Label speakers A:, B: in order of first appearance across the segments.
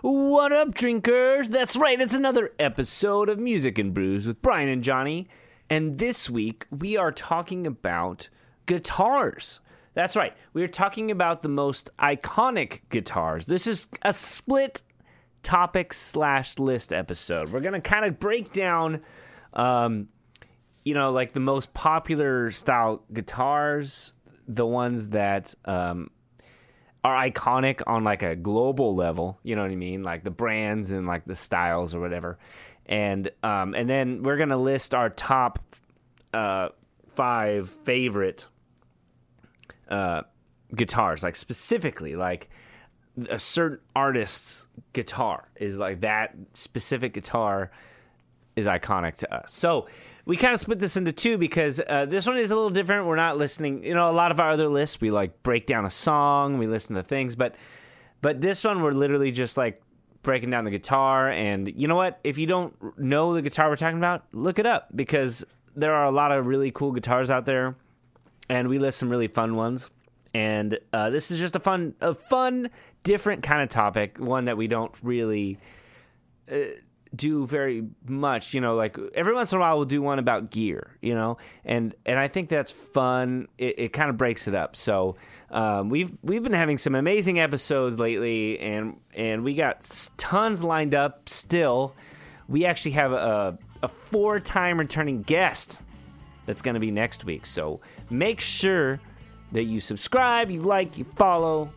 A: What up, drinkers? That's right, it's another episode of Music and Brews with Brian and Johnny. And this week, we are talking about guitars. That's right, we are talking about the most iconic guitars. This is a split topic slash list episode. We're going to kind of break down um, you know, like the most popular style guitars, the ones that um, are iconic on like a global level. You know what I mean? Like the brands and like the styles or whatever. And um, and then we're gonna list our top uh, five favorite uh, guitars, like specifically, like a certain artist's guitar is like that specific guitar is iconic to us. So we kind of split this into two because uh, this one is a little different. We're not listening, you know, a lot of our other lists we like break down a song, we listen to things, but but this one we're literally just like breaking down the guitar. And you know what? If you don't know the guitar we're talking about, look it up because there are a lot of really cool guitars out there, and we list some really fun ones. And uh, this is just a fun, a fun, different kind of topic, one that we don't really do very much you know like every once in a while we'll do one about gear you know and and i think that's fun it, it kind of breaks it up so um, we've we've been having some amazing episodes lately and and we got s- tons lined up still we actually have a, a four-time returning guest that's going to be next week so make sure that you subscribe you like you follow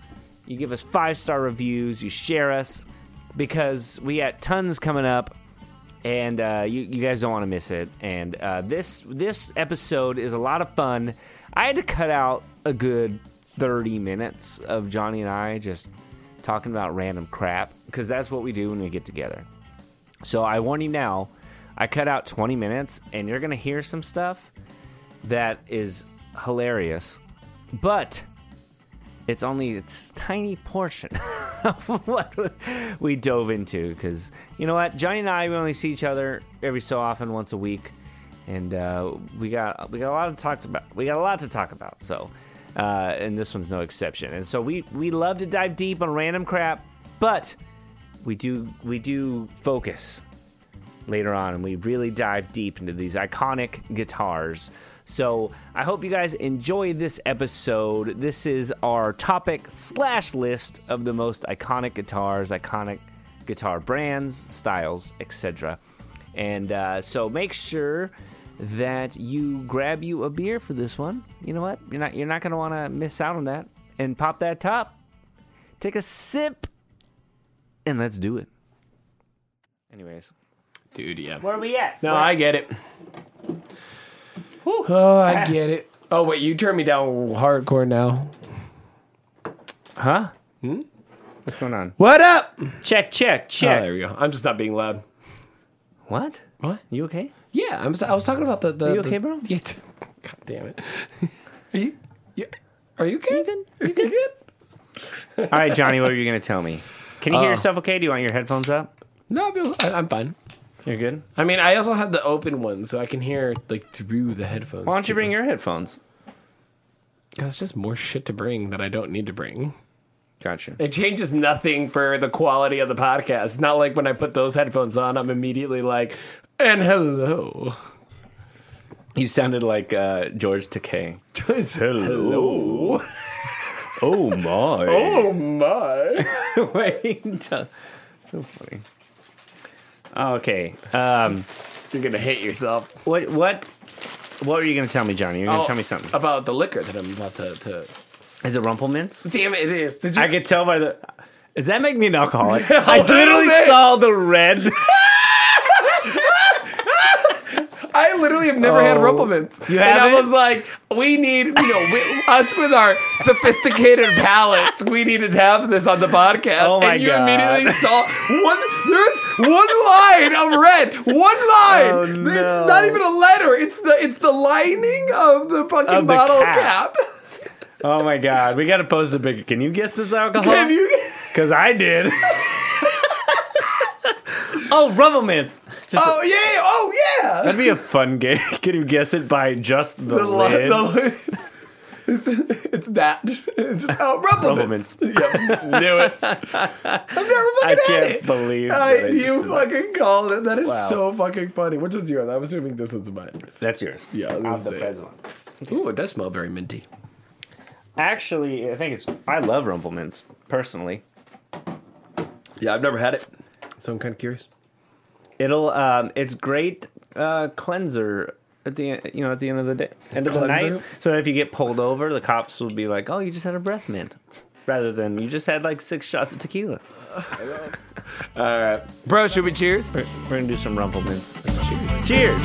A: you give us five star reviews you share us because we got tons coming up and uh, you, you guys don't want to miss it and uh, this this episode is a lot of fun i had to cut out a good 30 minutes of johnny and i just talking about random crap because that's what we do when we get together so i warn you now i cut out 20 minutes and you're gonna hear some stuff that is hilarious but it's only it's tiny portion of what we dove into because you know what johnny and i we only see each other every so often once a week and uh, we got we got a lot to talk about we got a lot to talk about so uh, and this one's no exception and so we we love to dive deep on random crap but we do we do focus later on and we really dive deep into these iconic guitars. So I hope you guys enjoy this episode. This is our topic slash list of the most iconic guitars, iconic guitar brands, styles, etc. And uh, so make sure that you grab you a beer for this one. You know what? You're not you're not gonna want to miss out on that. And pop that top, take a sip, and let's do it. Anyways.
B: Dude, yeah.
A: Where are we at?
B: No, I get it. Oh,
A: Ah.
B: I get it. Oh, wait, you turned me down hardcore now.
A: Huh? What's going on?
B: What up?
A: Check, check,
B: Yeah,
A: check.
B: there we go. I'm just not being loud.
A: Oh, what?
B: What?
A: You okay?
B: Yeah, I'm, I was talking about the. the
A: Are you
B: the-
A: okay, bro?
B: Yeah. t- God damn it. Are you, you, are you okay? You good?
A: All right, Johnny, what are you going to tell me? Can you hear yourself okay? Do you want your headphones up?
B: No, I feel, I, I'm fine.
A: You're good?
B: I mean, I also have the open one, so I can hear like through the headphones.
A: Why don't you bring your headphones?
B: That's just more shit to bring that I don't need to bring.
A: Gotcha.
B: It changes nothing for the quality of the podcast. It's not like when I put those headphones on, I'm immediately like, and hello.
A: You sounded like uh, George Takei.
B: Hello.
A: Oh, my.
B: Oh my.
A: Wait. So funny. Okay. Um,
B: You're gonna hate yourself.
A: what, what, what were you going to tell me, Johnny? You're going to tell me something.
B: About the liquor that I'm about to, to...
A: Is it Rumpelmints?
B: Damn it, it is. Did you
A: I could tell by the. Does that make me an alcoholic? I literally
B: bit.
A: saw the red.
B: I literally have never had
A: Oh.
B: rumplements.
A: You
B: and I
A: haven't?
B: was like, we need, you know, we, us with our sophisticated palates, we need to have this on the podcast.
A: Oh my
B: and you
A: God.
B: immediately saw one, there's one line of red. One line.
A: Oh,
B: It's
A: no.
B: not even a letter. It's the it's the lining of the fucking
A: Of the
B: bottle
A: cap.
B: cap.
A: Oh my god, we gotta post a picture. Can you guess this alcohol?
B: Can you?
A: Because I did. oh, Rumblemints. Just
B: Oh yeah. Oh yeah.
A: that'd be a fun game. Can you guess it by just the,
B: The,
A: lid?
B: li- the, It's, it's that. It's just oh, rumplements.
A: Rumplements.
B: yep, knew it. I've never fucking
A: I
B: had
A: can't
B: it.
A: believe
B: I,
A: that I just
B: you
A: did
B: fucking called it. That is
A: Wow.
B: so fucking funny. Which one's yours? I'm assuming this one's mine.
A: That's yours.
B: Yeah, I was gonna
A: I'm the
B: say.
A: Feds one.
B: Ooh, it does smell very minty.
A: Actually, I think it's. I love Rumplemans personally.
B: Yeah, I've never had it, so I'm kind of curious.
A: It'll. Um, it's great uh, cleanser at the en- you know at the end of the day, end of the
B: Cleanser?
A: night. So if you get pulled over, the cops will be like, "Oh, you just had a breath mint," rather than you just had like six shots of tequila.
B: All right, bro, should we cheers?
A: We're, we're gonna do some Rumplemans. Cheers.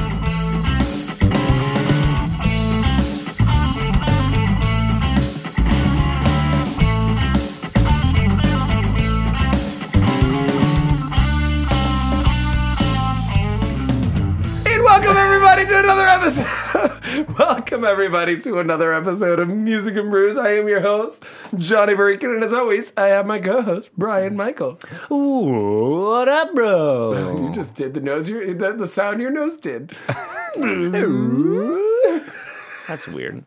B: And welcome everybody to another episode. welcome everybody to another episode of Music and Brews. I am your host, Johnny Barikin, and as always, I have my co-host, Brian Michael.
A: Ooh, what up, bro?
B: You just did the nose your the, the sound your nose did.
A: That's weird.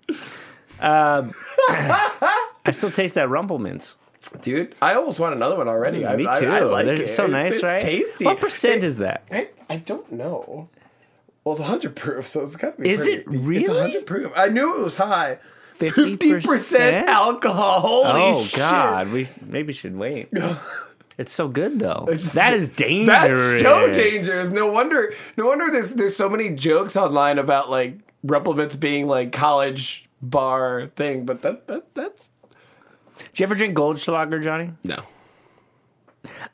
A: Um, I still taste that Rumplemans.
B: Dude, I almost want another one already. I,
A: Me
B: I-
A: too.
B: I, like
A: They're
B: it.
A: so
B: It's-
A: nice,
B: it's
A: right?
B: Tasty.
A: What percent
B: It-
A: is that?
B: I, I don't know. Well, it's 100 proof, so it's got to be.
A: Is
B: pretty-
A: it really?
B: It's 100 proof. I knew it was high.
A: 50%?
B: 50% alcohol. Holy
A: Oh
B: shit.
A: God, we maybe should wait. It's so good though.
B: It's-
A: that is dangerous.
B: That's so dangerous. No wonder. No wonder there's there's so many jokes online about like Rumplements being like college bar thing, but that, that that's
A: Do you ever drink Goldschlager, Johnny?
B: no.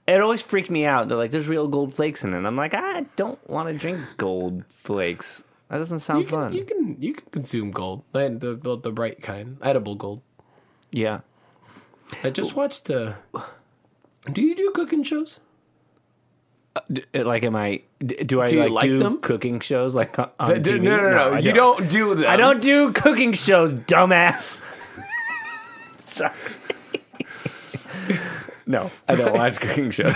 A: It always freaked me out. They're like, "There's real gold flakes in it." And I'm like, I don't want to drink gold flakes. That doesn't sound
B: You can,
A: fun.
B: you can you can consume gold, the, the the right kind, edible gold.
A: yeah.
B: I just watched. Uh, do you do cooking shows?
A: D- like, am I? d- Do I
B: Do you
A: like,
B: like
A: do
B: them?
A: cooking shows like on
B: Do-
A: TV?
B: no, no, no.
A: I
B: you don't do that.
A: I don't do cooking shows, dumbass. Sorry. no, I don't watch cooking shows.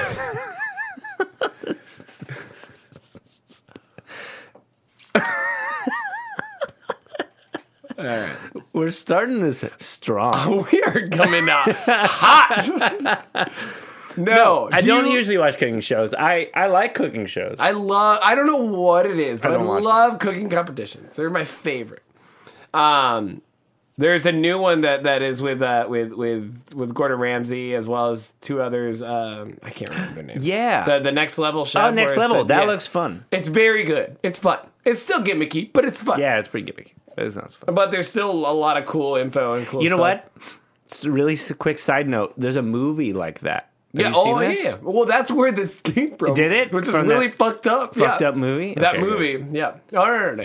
B: All right.
A: We're starting this strong.
B: We are coming out hot. No,
A: I
B: do
A: don't
B: you-
A: usually watch cooking shows. I, I like cooking shows.
B: I love. I don't know what it is, but I,
A: don't watch
B: love cooking competitions. They're my favorite. Um, there's a new one that that is with uh with with with Gordon Ramsay as well as two others. Um, I can't remember their names.
A: Yeah.
B: the the next level chef.
A: oh,
B: where
A: next
B: it's
A: level.
B: the-
A: that
B: yeah.
A: looks fun.
B: It's very good. It's fun. It's still gimmicky, but it's fun.
A: Yeah, it's pretty gimmicky. That sounds fun.
B: But there's still a lot of cool info and cool.
A: You know
B: stuff.
A: what? It's a really s- quick side note. There's a movie like that. Have
B: yeah.
A: you seen
B: Oh
A: this?
B: yeah. Well, that's where this came from.
A: Did it?
B: Which is
A: From
B: really
A: that
B: fucked up.
A: Fucked
B: yeah.
A: up movie.
B: That
A: Okay, good.
B: movie, yeah. Oh, no, no, no,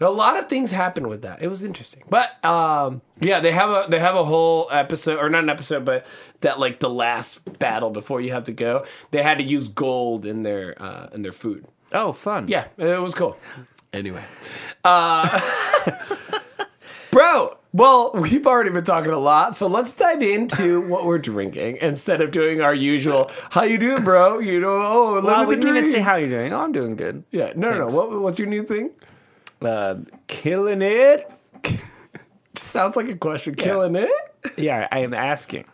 B: no. A lot of things happened with that. It was interesting, but um, yeah, they have a they have a whole episode, or not an episode, but that like the last battle before you have to go. They had to use gold in their uh, in their food.
A: Oh, fun.
B: Yeah, it was cool. Anyway, uh, bro. Well, we've already been talking a lot, so let's dive into what we're drinking instead of doing our usual "How you doing, bro?" You know, oh, live
A: Well,
B: with
A: we
B: the
A: didn't even
B: dream.
A: say how you're doing. Oh, I'm doing good.
B: yeah, no, no, no. What, what's your new thing?
A: Uh, killing it.
B: Sounds like a question. Killing it?
A: Yeah, I am asking.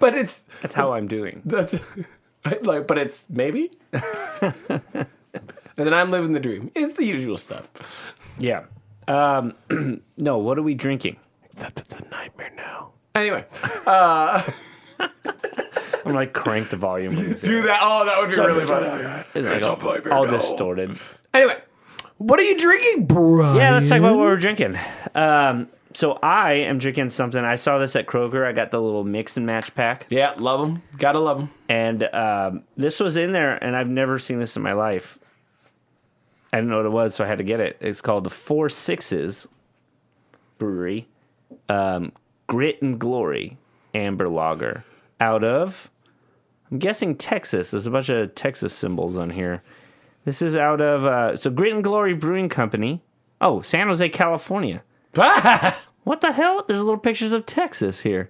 B: But it's
A: That's how I'm doing.
B: that's like but it's maybe? and then I'm living the dream. It's the usual stuff.
A: Yeah. Um, no, what are we drinking?
B: Except it's a nightmare now. Anyway,
A: I'm like crank the volume. when you say
B: do that. Oh, that would be really funny.
A: it. Like, all-
B: nightmare
A: all
B: now.
A: distorted.
B: Anyway, what are you drinking, bro?
A: Yeah, let's talk about what we're drinking. Um, so I am drinking something. I saw this at Kroger. I got the little mix and match pack,
B: Yeah, love them. Gotta love them.
A: and um, this was in there, and I've never seen this in my life. I didn't know what it was, so I had to get it. It's called the Four Sixes Brewery, um, Grit and Glory Amber Lager, out of I'm guessing Texas. There's a bunch of Texas symbols on here. This is out of uh, so Grit and Glory Brewing Company. Oh, San Jose, California. What the hell? There's little pictures of Texas here.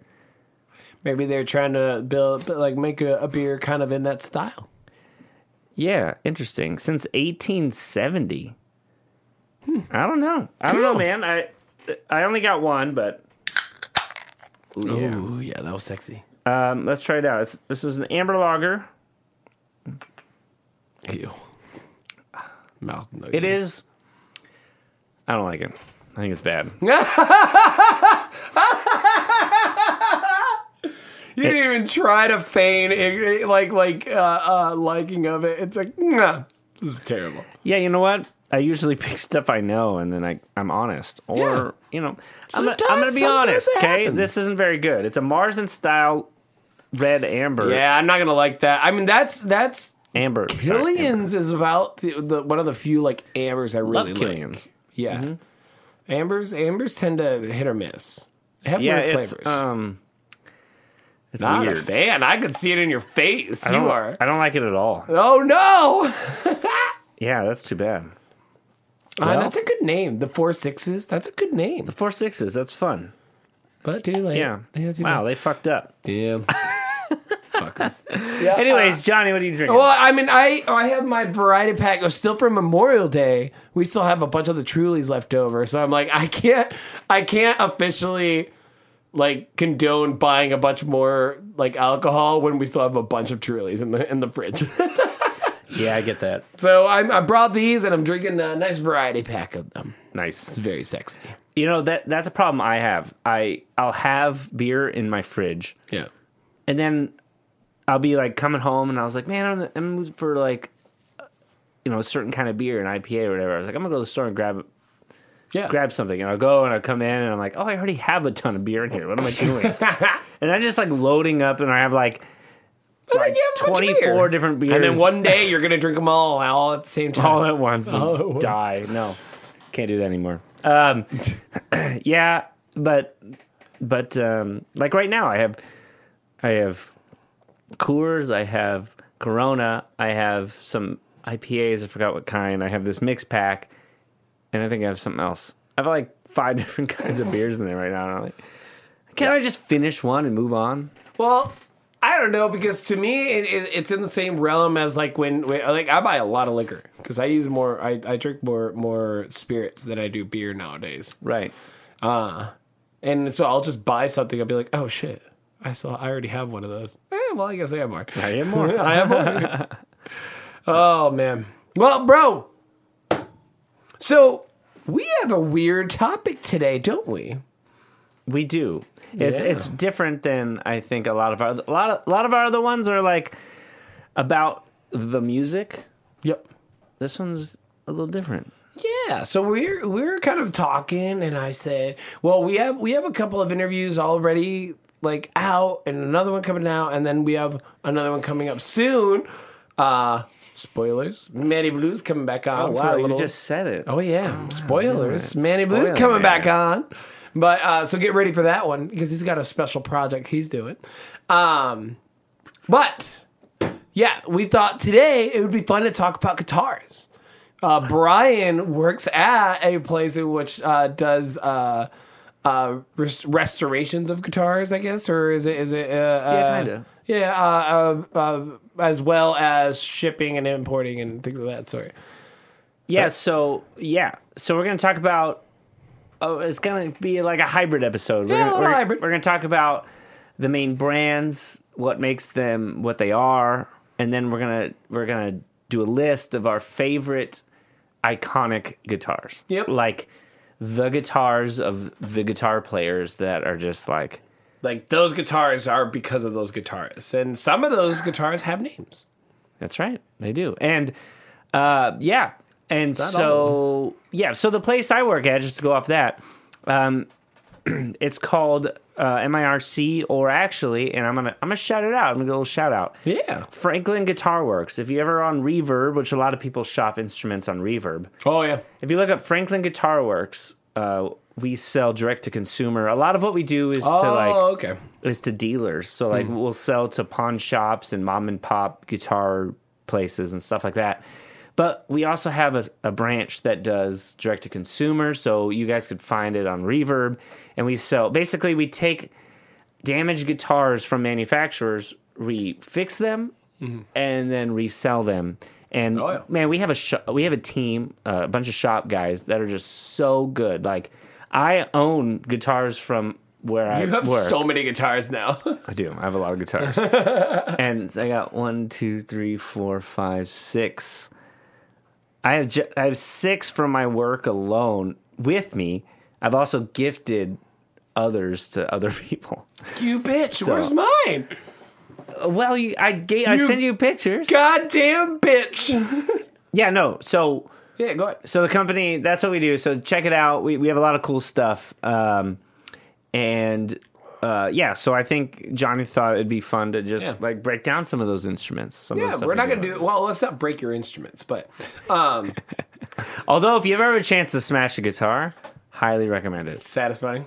B: Maybe they're trying to build, like, make a, a beer kind of in that style.
A: Yeah, interesting. Since 1870. I don't know. I don't know,
B: Hmm. Cool.
A: man. I I only got one, but
B: Ooh, yeah. that was sexy.
A: um, let's try it out. It's, this is an amber lager.
B: Ew. Mouth
A: It is. I don't like it. I think it's bad.
B: You didn't even try to feign ig- like like uh, uh, liking of it. It's like nah, this is terrible.
A: Yeah, you know what? I usually pick stuff I know, and then I I'm honest. Or
B: Yeah.
A: you know, I'm gonna, I'm
B: Sometimes-
A: gonna be
B: sometimes
A: honest.
B: that
A: Okay,
B: happens.
A: this isn't very good. It's a Marzen style red amber.
B: Yeah, I'm not gonna like that. I mean, that's that's
A: amber. sorry, amber.
B: Killian's is about the, the one of the few like ambers I really
A: Love
B: like.
A: Killian's.
B: Yeah,
A: Mm-hmm.
B: ambers ambers tend to hit or miss. They have
A: Yeah,
B: weird
A: it's
B: flavors.
A: um, it's
B: not
A: weird.
B: a fan. I could see it in your face.
A: I
B: You
A: don't-
B: are.
A: I don't like it at all.
B: Oh no!
A: Yeah, that's too bad.
B: uh, that's a good name. The four sixes. That's a good name.
A: Four sixes. That's fun.
B: But too late.
A: Yeah.
B: too
A: Wow,
B: late.
A: they fucked up.
B: Damn. Fuckers.
A: Anyways, Johnny, what are you drinking?
B: Well, I mean, I I have my variety pack. It was still from Memorial Day. We still have a bunch of the Trulies left over, so I'm like, I can't, I can't officially like condone buying a bunch more like alcohol when we still have a bunch of Trulies in the in the fridge.
A: yeah, I get that.
B: so I'm, I brought these, and I'm drinking a nice variety pack of them.
A: Nice.
B: It's very sexy.
A: You know that that's a problem I have. I I'll have beer in my fridge,
B: Yeah.
A: and then I'll be like coming home, and I was like, man, I'm, I'm in the mood for like, uh, you know, a certain kind of beer, an IPA or whatever. I was like, I'm gonna go to the store and grab
B: Yeah.
A: grab something, and I'll go and I'll come in, and I'm like, oh, I already have a ton of beer in here. What am I doing? and I'm just like loading up, and I have like
B: like, yeah, a bunch of
A: twenty four
B: beer.
A: different beers,
B: And then one day you're gonna drink them all all at the same time.
A: all at once and
B: All at once.
A: die. No, can't do that anymore. Um, yeah, but but um, like right now, I have I have Coors, I have Corona, I have some IPAs. I forgot what kind. I have this mix pack, and I think I have something else. I have like five different kinds of beers in there right now. And I'm like, can't I just finish one and move on?
B: Well, I don't know because to me it, it, it's in the same realm as like when, when like I buy a lot of liquor because I use more I, I drink more more spirits than I do beer nowadays.
A: Right.
B: Uh and so I'll just buy something. I'll be like, oh shit, I saw I already have one of those. Eh, well, I guess I have more.
A: I am more.
B: I have more. oh man. Well, bro. So we have a weird topic today, don't we?
A: We do. It's
B: Yeah.
A: it's different than I think a lot of our a lot of, a lot of our other ones are like about the music.
B: Yep.
A: This one's a little different.
B: Yeah, so we're we're kind of talking, and I said, "Well, we have we have a couple of interviews already, like out, and another one coming out, and then we have another one coming up soon." Uh Spoilers: Manny Blues coming back on.
A: Oh,
B: for
A: wow,
B: a
A: you
B: little...
A: just said it.
B: Oh yeah, spoilers.
A: yeah.
B: Manny Blue's
A: Ah, Spoiler
B: coming
A: man.
B: back on, but uh, so get ready for that one because he's got a special project he's doing. Um, but yeah, we thought today it would be fun to talk about guitars. Uh, Brian works at a place in which uh, does uh, uh, res- restorations of guitars, I guess, or is it is it? Uh, yeah,
A: kinda.
B: Yeah, uh, uh, uh, as well as shipping and importing and things of that sort.
A: Yeah, so yeah. So we're going to talk about oh, it's going to be like a hybrid episode. We're
B: Yeah, a
A: gonna,
B: little
A: we're,
B: hybrid.
A: We're going to talk about the main brands, what makes them what they are, and then we're going to we're going to do a list of our favorite iconic guitars.
B: Yep.
A: Like the guitars of the guitar players that are just like
B: like those guitars are because of those guitarists and some of those guitars have names
A: That's right. They do. And uh, yeah. And so yeah, so the place I work at, just to go off that, um, it's called uh, MIRC, or actually, and I'm gonna I'm gonna shout it out. I'm gonna do a little shout out.
B: yeah
A: Franklin Guitar Works. If you ever on Reverb, which a lot of people shop instruments on Reverb,
B: oh yeah
A: if you look up Franklin Guitar Works, uh, we sell direct to consumer. A lot of what we do is to like
B: oh okay
A: is to dealers. So like
B: Hmm.
A: we'll sell to pawn shops and mom and pop guitar places and stuff like that. But we also have a, a branch that does direct to consumer, so you guys could find it on Reverb. And we sell basically we take damaged guitars from manufacturers, we fix them, and then resell them. And
B: Mm-hmm. Oh, yeah.
A: man, we have a sh- we have a team, uh, a bunch of shop guys that are just so good. Like I own guitars from where I
B: You have
A: work.
B: so many guitars now.
A: I do. I have a lot of guitars. and I got one, two, three, four, five, six. I have ju- I have six from my work alone with me. I've also gifted others to other people.
B: you bitch, where's mine?
A: Well, you, I gave, I
B: You-
A: send you pictures.
B: Goddamn bitch.
A: yeah, no. So
B: yeah, go ahead.
A: so the company that's what we do so check it out we, we have a lot of cool stuff um, and uh, yeah so i think johnny thought it'd be fun to just
B: Yeah.
A: like break down some of those instruments some of the
B: Yeah,
A: stuff
B: we're
A: we
B: not gonna do well. Let's not break your instruments, but um,
A: although if you ever have a chance to smash a guitar highly recommend it
B: satisfying.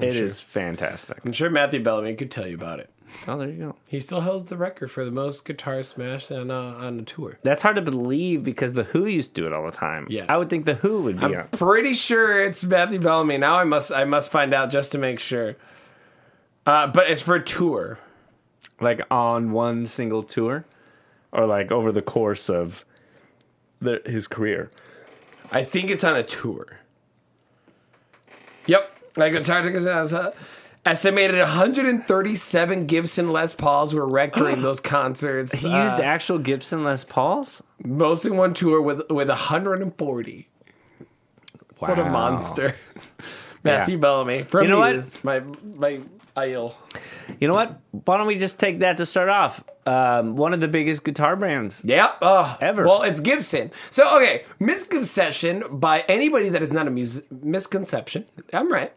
A: It is
B: sure.
A: fantastic
B: I'm sure Matthew Bellamy could tell you about it.
A: oh there you go
B: He still holds the record for the most guitar smash on uh, on a tour.
A: that's hard to believe because the who used to do it all the time
B: Yeah.
A: i would think the who would be on.
B: Pretty sure it's Matthew Bellamy. Now I must I must find out just to make sure. Uh, but it's for a tour.
A: like on one single tour or like over the course of the, his career
B: I think it's on a tour. Yep, like guitar tickets. uh, Estimated 137 Gibson Les Pauls were wrecked during those concerts. Uh,
A: he used actual gibson les pauls
B: mostly one tour with with 140. What a
A: Wow.
B: monster, Matthew Bellamy. From
A: You know what?
B: Muse, My my idol.
A: You know what? Why don't we just take that to start off? Um, one of the biggest guitar brands.
B: Yep. Oh,
A: Ever.
B: Well, it's Gibson. So okay, misconception by anybody that is not a mus- misconception. I'm right.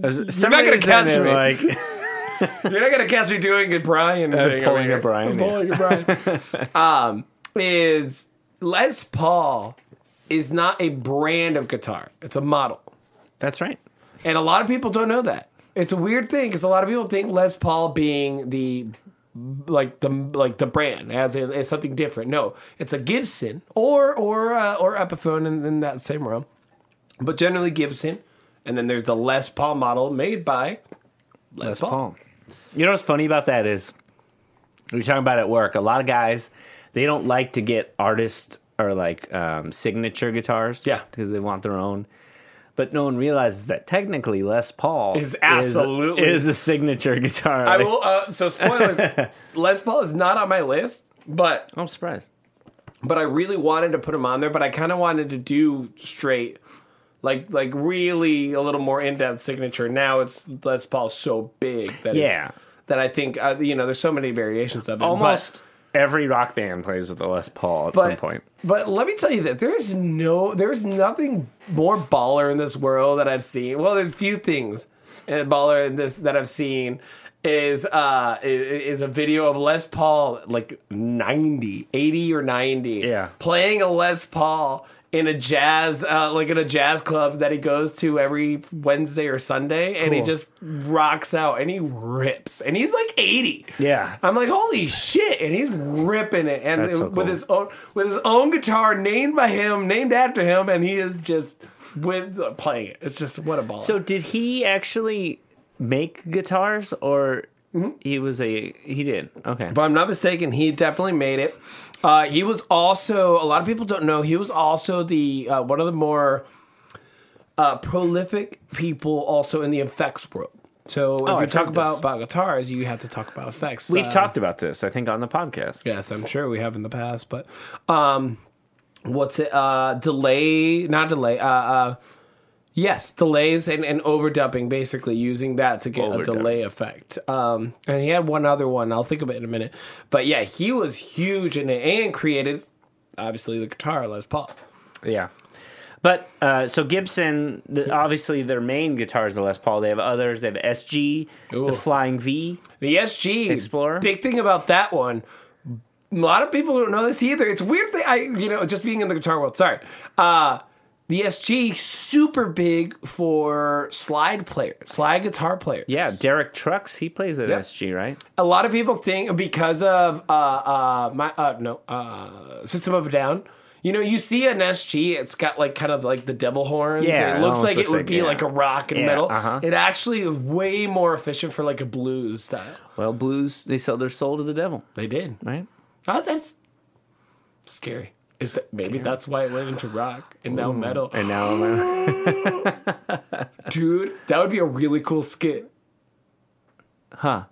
A: Somebody's
B: not gonna
A: in
B: catch
A: there
B: me.
A: Like,
B: You're not gonna catch me doing a Brian thing. over
A: Uh, pulling a
B: here.
A: Brian,
B: I'm
A: yeah.
B: Pulling a Brian. um, is Les Paul is not a brand of guitar. It's a model,
A: That's right.
B: and a lot of people don't know that. It's a weird thing because a lot of people think Les Paul being the like the like the brand as in it's something different. No, it's a Gibson or or uh, or Epiphone in, in that same realm, but generally Gibson. And then there's the Les Paul model made by Les,
A: That's Paul. You know what's funny about that is we were talking about at work. A lot of guys they don't like to get artist or like um, signature guitars.
B: Yeah.
A: because they want their own. But no one realizes that technically Les Paul
B: Is absolutely-
A: is, a signature guitar.
B: I will. Uh, so spoilers. Les Paul is not on my list, but
A: I'm surprised.
B: but I really wanted to put him on there. But I kind of wanted to do straight, like like really a little more in depth signature. Now it's Les Paul so big that it's-
A: Yeah.
B: that I think uh, you know there's so many variations of it. but-
A: Almost every rock band plays with a Les Paul at some point.
B: But let me tell you that there's no, there's nothing more baller in this world that I've seen. Well, there's a few things in baller in this that I've seen is uh i- is a video of Les Paul like 90, 80 or 90
A: Yeah.
B: playing a Les Paul in a jazz uh, like in a jazz club that he goes to every Wednesday or Sunday and he
A: Cool.
B: just rocks out and he rips and he's like 80.
A: Yeah.
B: I'm like, holy shit! And he's ripping it, and
A: That's so
B: with
A: cool.
B: his own with his own guitar named by him, named after him, and he is just with playing it. It's just what a ball.
A: So did he actually make guitars or
B: Mm-hmm.
A: he was a he did. Okay.
B: if I'm not mistaken, he definitely made it. Uh, he was also a lot of people don't know. He was also the uh, one of the more uh, prolific people also in the effects world. So if you
A: Oh, I've
B: talk
A: heard
B: about,
A: this.
B: about guitars, you have to talk about effects.
A: We've
B: Uh,
A: talked about this, I think, on the podcast.
B: Yes, I'm sure we have in the past, but um, what's it? Uh, delay, not delay. Uh, uh, yes, delays and, and overdubbing, basically using that to get a
A: Overdubbing.
B: delay effect. Um, and he had one other one. I'll think of it in a minute. But yeah, he was huge in it and created, obviously, the guitar Les Paul.
A: Yeah. But uh, so Gibson, the, obviously their main guitar is the Les Paul. They have others. They have SG,
B: Ooh.
A: the Flying V.
B: The SG
A: Explorer?
B: Big thing about that one. A lot of people don't know this either. It's a weird thing. I you know just being in the guitar world. Sorry. Uh the SG super big for slide players, slide guitar players.
A: Yeah, Derek Trucks, he plays at SG, right?
B: A lot of people think because of uh uh my uh no uh System of a Down. You know, you see an SG, it's got like kind of like the devil horns.
A: Yeah,
B: and
A: it
B: it looks
A: almost
B: like
A: looks
B: it would
A: like-
B: be
A: yeah.
B: like a rock and
A: Yeah,
B: metal.
A: uh-huh.
B: It actually is way more efficient for like a blues style.
A: Well, blues, they sell their soul to the devil,
B: They did.
A: right?
B: Oh, that's scary. Is that maybe that's why it went into rock and now metal?
A: And now I'm
B: Dude, that would be a really cool skit.
A: Huh.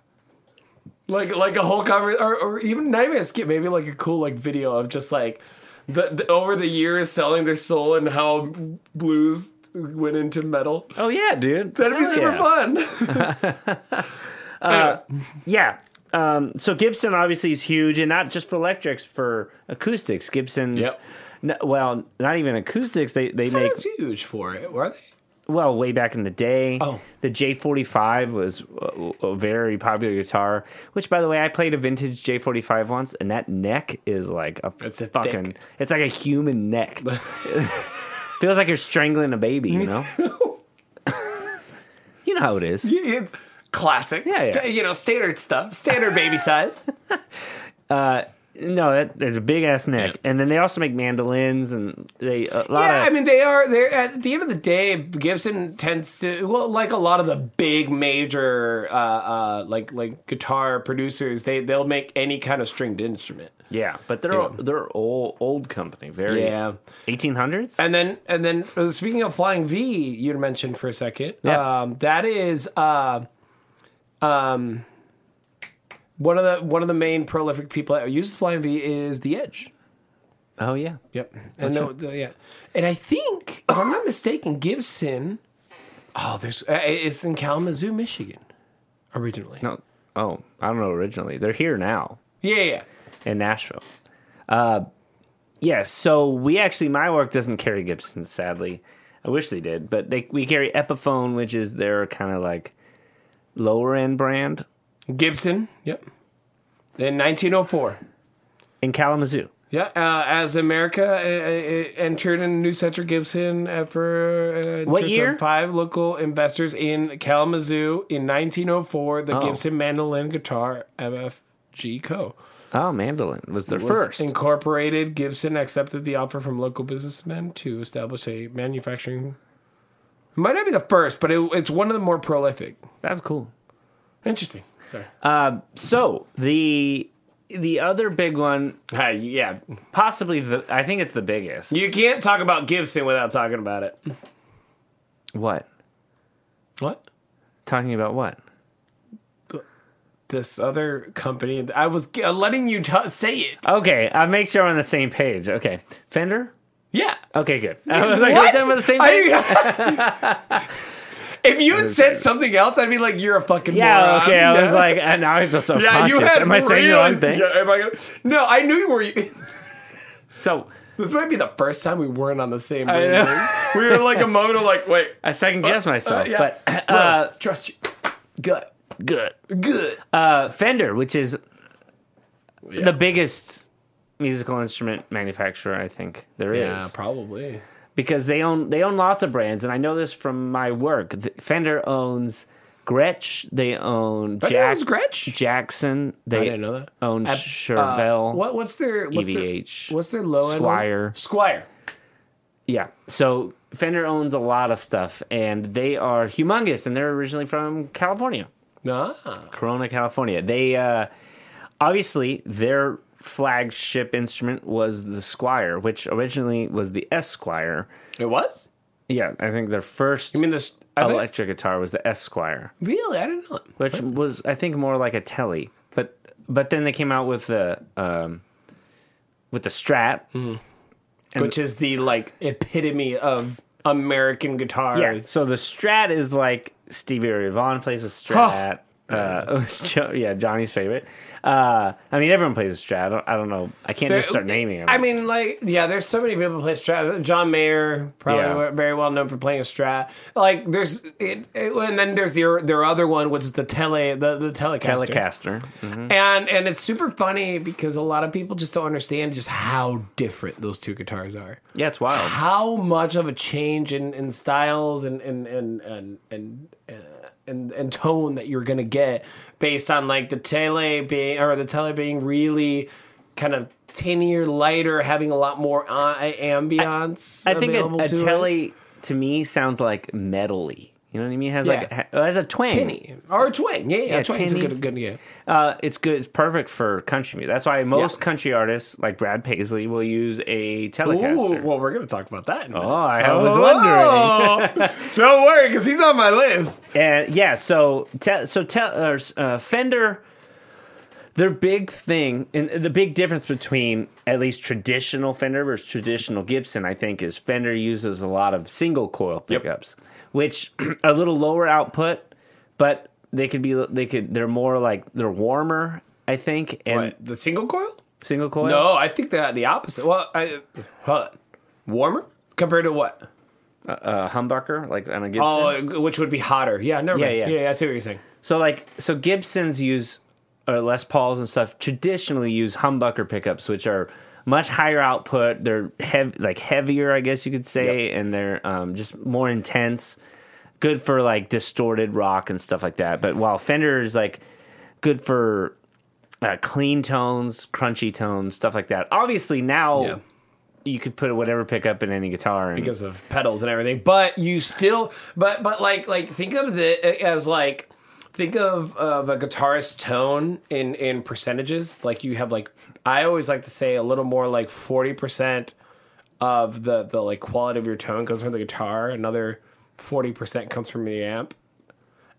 B: Like like a whole conversation, or, or even not even a skit, maybe like a cool like video of just like the, the over the years selling their soul and how blues went into metal.
A: Oh yeah, dude.
B: That'd be
A: Hell
B: super
A: yeah. Uh,
B: fun. Uh, Anyway.
A: Yeah. Um, so Gibson obviously is huge, and not just for electrics, for acoustics. Gibson's,
B: Yep.
A: n- well, not even acoustics. They they make
B: That's huge for it, were they?
A: well way back in the day.
B: Oh.
A: the J45 was a, a very popular guitar. Which, by the way, I played a vintage J45 once, and that neck is like a
B: It's a
A: fucking.
B: dick.
A: It's like a human neck. Feels like you're strangling a baby. You know. you know how it is.
B: Yeah, yeah. Classic.
A: yeah.
B: Sta- you know, standard stuff. Standard baby size.
A: No, that, there's a big ass neck, and then they also make mandolins, and they a lot
B: yeah,
A: of
B: I mean, they are. They're at the end of the day. Gibson tends to well, like a lot of the big major, uh, uh, like like guitar producers. They they'll make any kind of stringed instrument.
A: yeah, but they're they're old old company, very
B: Yeah.
A: 1800s.
B: And then and then uh, speaking of Flying V, you mentioned for a second.
A: Yeah.
B: Um, that is uh, um, one of the one of the main prolific people that uses Flying V is The Edge.
A: Oh yeah,
B: Yep. And no, uh, yeah. And I think, if I'm not mistaken, Gibson. Oh, there's uh, it's in Kalamazoo, Michigan, originally.
A: no, oh I don't know. Originally, they're here now
B: Yeah, yeah, yeah.
A: in Nashville. Uh, yes, so we actually my work doesn't carry Gibson, sadly. I wish they did, but they we carry Epiphone, which is their kind of like lower end brand
B: Gibson. Yep. In 1904.
A: in Kalamazoo.
B: Yeah, uh, as America uh, uh, entered in New Center Gibson after uh, in
A: What
B: terms of
A: year?
B: five local investors in Kalamazoo in 1904, the
A: Oh.
B: Gibson Mandolin Guitar MFG Co.
A: Oh, mandolin was their
B: was
A: first.
B: incorporated Gibson accepted the offer from local businessmen to establish a manufacturing. It might not be the first, but it, it's one of the more prolific.
A: That's cool.
B: Interesting. Sorry.
A: Uh, Um, So the the other big one,
B: Uh, yeah,
A: possibly the I think it's the biggest.
B: you can't talk about Gibson without talking about it.
A: What
B: What?
A: talking about what?
B: This other company. I was uh, letting you t- say it.
A: Okay, I make sure we're on the same page. Okay, Fender.
B: Yeah.
A: Okay, good. I was like, are we talking about the same thing?
B: I- if you had said something else, I'd be like, "You're a fucking
A: yeah.
B: moron.
A: Okay, I
B: No.
A: was like, and now I feel so
B: Yeah,
A: conscious.
B: you had.
A: Am I saying the
B: really-
A: wrong thing?
B: Yeah, am I gonna- no, I knew you were.
A: So
B: This might be the first time we weren't on the same
A: know.
B: wavelength. we were like a moment of like, wait,
A: I second guess myself,
B: Uh, yeah.
A: but
B: bro,
A: uh,
B: trust you. Good.
A: good.
B: Good.
A: Uh, Fender, which is the biggest musical instrument manufacturer, I think there is.
B: probably.
A: because they own they own lots of brands, and I know this from my work. Th- Fender owns Gretsch. They own Jack-
B: owns Gretsch?
A: Jackson. They
B: didn't know that. E
A: own
B: Ab-
A: Chevelle.
B: What what's their what's
A: EVH.
B: Their, what's their low end? one?
A: Squire.
B: Squire.
A: Yeah. So Fender owns a lot of stuff, and they are humongous, and they're originally from California,
B: Ah.
A: Corona, California. They uh, obviously their flagship instrument was the Squire, which originally was the Esquire.
B: It was?
A: Yeah, I think their first
B: I mean this I think-
A: electric guitar was the Esquire.
B: really I didn't know. that.
A: which was I think more like a telly. But but then they came out with the um, with the Strat.
B: Which is the like epitome of American
A: Yeah.
B: guitars.
A: So the Strat is like Stevie Ray Vaughan plays a Strat. Uh, Jo- yeah, Johnny's favorite. Uh, I mean, everyone plays a Strat. I don't, I don't know. I can't just start naming them.
B: I mean, like, yeah, there's so many people who play strat. John Mayer, probably
A: Yeah.
B: wa- very well known for playing a strat. Like, there's, it, it- and then there's their their other one, which is the tele, the, the telecaster.
A: Telecaster. Mhm.
B: And and it's super funny because a lot of people just don't understand just how different those two guitars are.
A: Yeah, it's wild.
B: How much of a change in, in styles and and and and and, uh, and and tone that you're gonna get based on like the tele being or the tele being really kind of tinier, lighter, having a lot more uh, ambiance.
A: I think a,
B: available
A: a
B: to it.
A: telly to me sounds like metally. You know what I mean? It has like
B: Yeah.
A: a, it has a twang.
B: Tinny or twang. Yeah, yeah,
A: Yeah,
B: twang's a
A: tinny.
B: good, good, yeah.
A: Uh, it's good. It's perfect for country music. That's why most
B: Yeah.
A: country artists like Brad Paisley will use a
B: Ooh,
A: Telecaster.
B: well, we're gonna talk about that. In a minute.
A: Oh, I was
B: wondering. Don't worry, because he's on my list.
A: And yeah, so te- so te- or, uh, Fender, their big thing and the big difference between at least traditional Fender versus traditional Gibson, I think, is Fender uses a lot of single coil pickups, which a little lower output, but they could be they could they're more like they're warmer, I think, and
B: What, the single coil?
A: single coil.
B: No, I think that the opposite. Well, I hold on. warmer compared to what?
A: a uh, humbucker like on a Gibson.
B: Oh, which would be hotter? Yeah, never.
A: Yeah,
B: mind.
A: yeah.
B: yeah, I see what you're saying.
A: So like so Gibsons use or Les Pauls and stuff traditionally use humbucker pickups, which are much higher output. They're heav- like heavier, I guess you could say, and they're um, just more intense. Good for like distorted rock and stuff like that. But while Fender is like good for uh, clean tones, crunchy tones, stuff like that. Obviously now
B: Yeah.
A: you could put whatever pickup in any guitar. And,
B: because of pedals and everything. But you still, but but like like think of the as like think of of a guitarist's tone in in percentages. Like you have like I always like to say a little more like forty percent of the the like quality of your tone comes from the guitar. Another forty percent comes from the amp.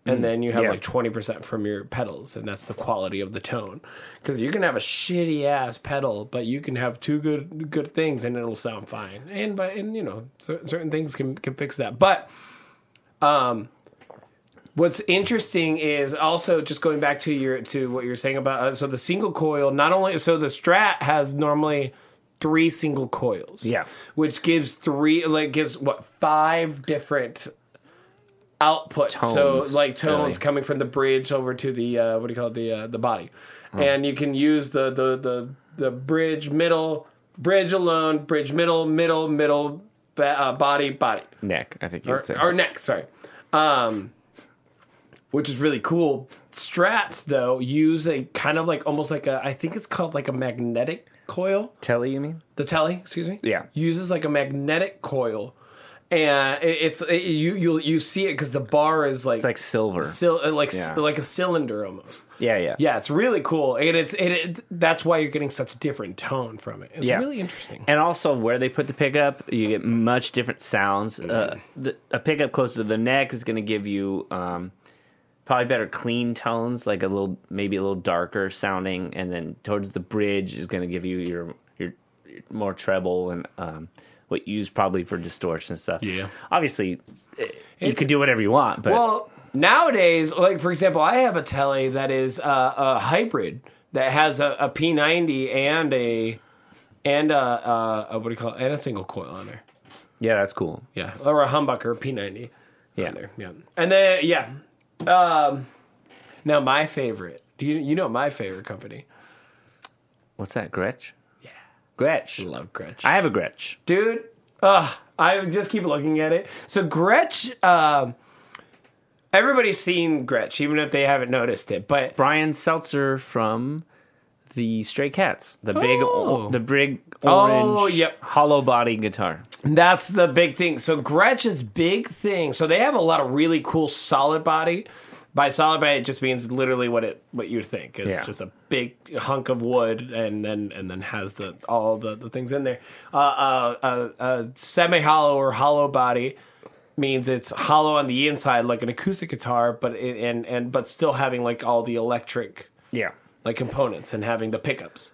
B: And then you have
A: Mm, yeah.
B: like twenty percent from your pedals, and that's the quality of the tone. Because you can have a shitty ass pedal, but you can have two good good things, and it'll sound fine. And but and you know cer- certain things can can fix that. But um, What's interesting is also just going back to your to what you're saying about uh, so the single coil not only so the Strat has normally three single coils
A: Yeah.
B: which gives three like gives what five different outputs so
A: Tones,
B: like tones
A: really.
B: coming from the bridge over to the uh, what do you call it the uh, the body and you can use the the the the bridge middle bridge alone bridge middle middle middle ba- uh, body body
A: neck, I think you would say.
B: or, or next, sorry. Um, which is really cool. Strats though use a kind of like almost like a I think it's called like a magnetic coil.
A: Telly, you mean?
B: The telly, excuse me.
A: Yeah.
B: uses like a magnetic coil, and it, it's it, you you you see it because the bar is like
A: It's like silver.
B: sil- uh, like s
A: Yeah.
B: like a cylinder almost.
A: yeah, yeah.
B: Yeah, it's really cool, and it's it, it that's why you're getting such different tone from it. It's
A: Yeah.
B: really interesting.
A: and also where they put the pickup, you get much different sounds. Uh,
B: Mm-hmm.
A: the, a pickup closer to the neck is going to give you um, probably better clean tones, like a little maybe a little darker sounding, and then towards the bridge is going to give you your your, your more treble and um, what you use probably for distortion stuff.
B: Yeah.
A: obviously eh, you can do whatever you want, but
B: Well, nowadays, like for example, I have a telly that is uh, a hybrid that has a, a P90 and a and a, a, a what do you call it? and a single coil on there.
A: yeah, that's cool.
B: Yeah, or a humbucker P90.
A: Yeah.
B: on there. yeah, and then yeah. Um, now my favorite. Do you you know my favorite company?
A: What's that, Gretsch? Yeah, Gretsch.
B: Love Gretsch.
A: I have a Gretsch.
B: dude. Ugh, I just keep looking at it. So Gretsch, um, everybody's seen Gretsch, even if they haven't noticed it. But
A: Brian Seltzer from the Stray Cats, the big,
B: Oh.
A: the big orange,
B: Oh, yep.
A: hollow body guitar.
B: That's the big thing. So Gretsch's big thing. So they have a lot of really cool solid body. By solid body, it just means literally what it what you think. It's
A: Yeah.
B: just a big hunk of wood, and then and then has the all the, the things in there. Uh, uh, uh, uh, Semi hollow or hollow body means it's hollow on the inside, like an acoustic guitar, but it, and and but still having like all the electric
A: Yeah,
B: like components and having the pickups.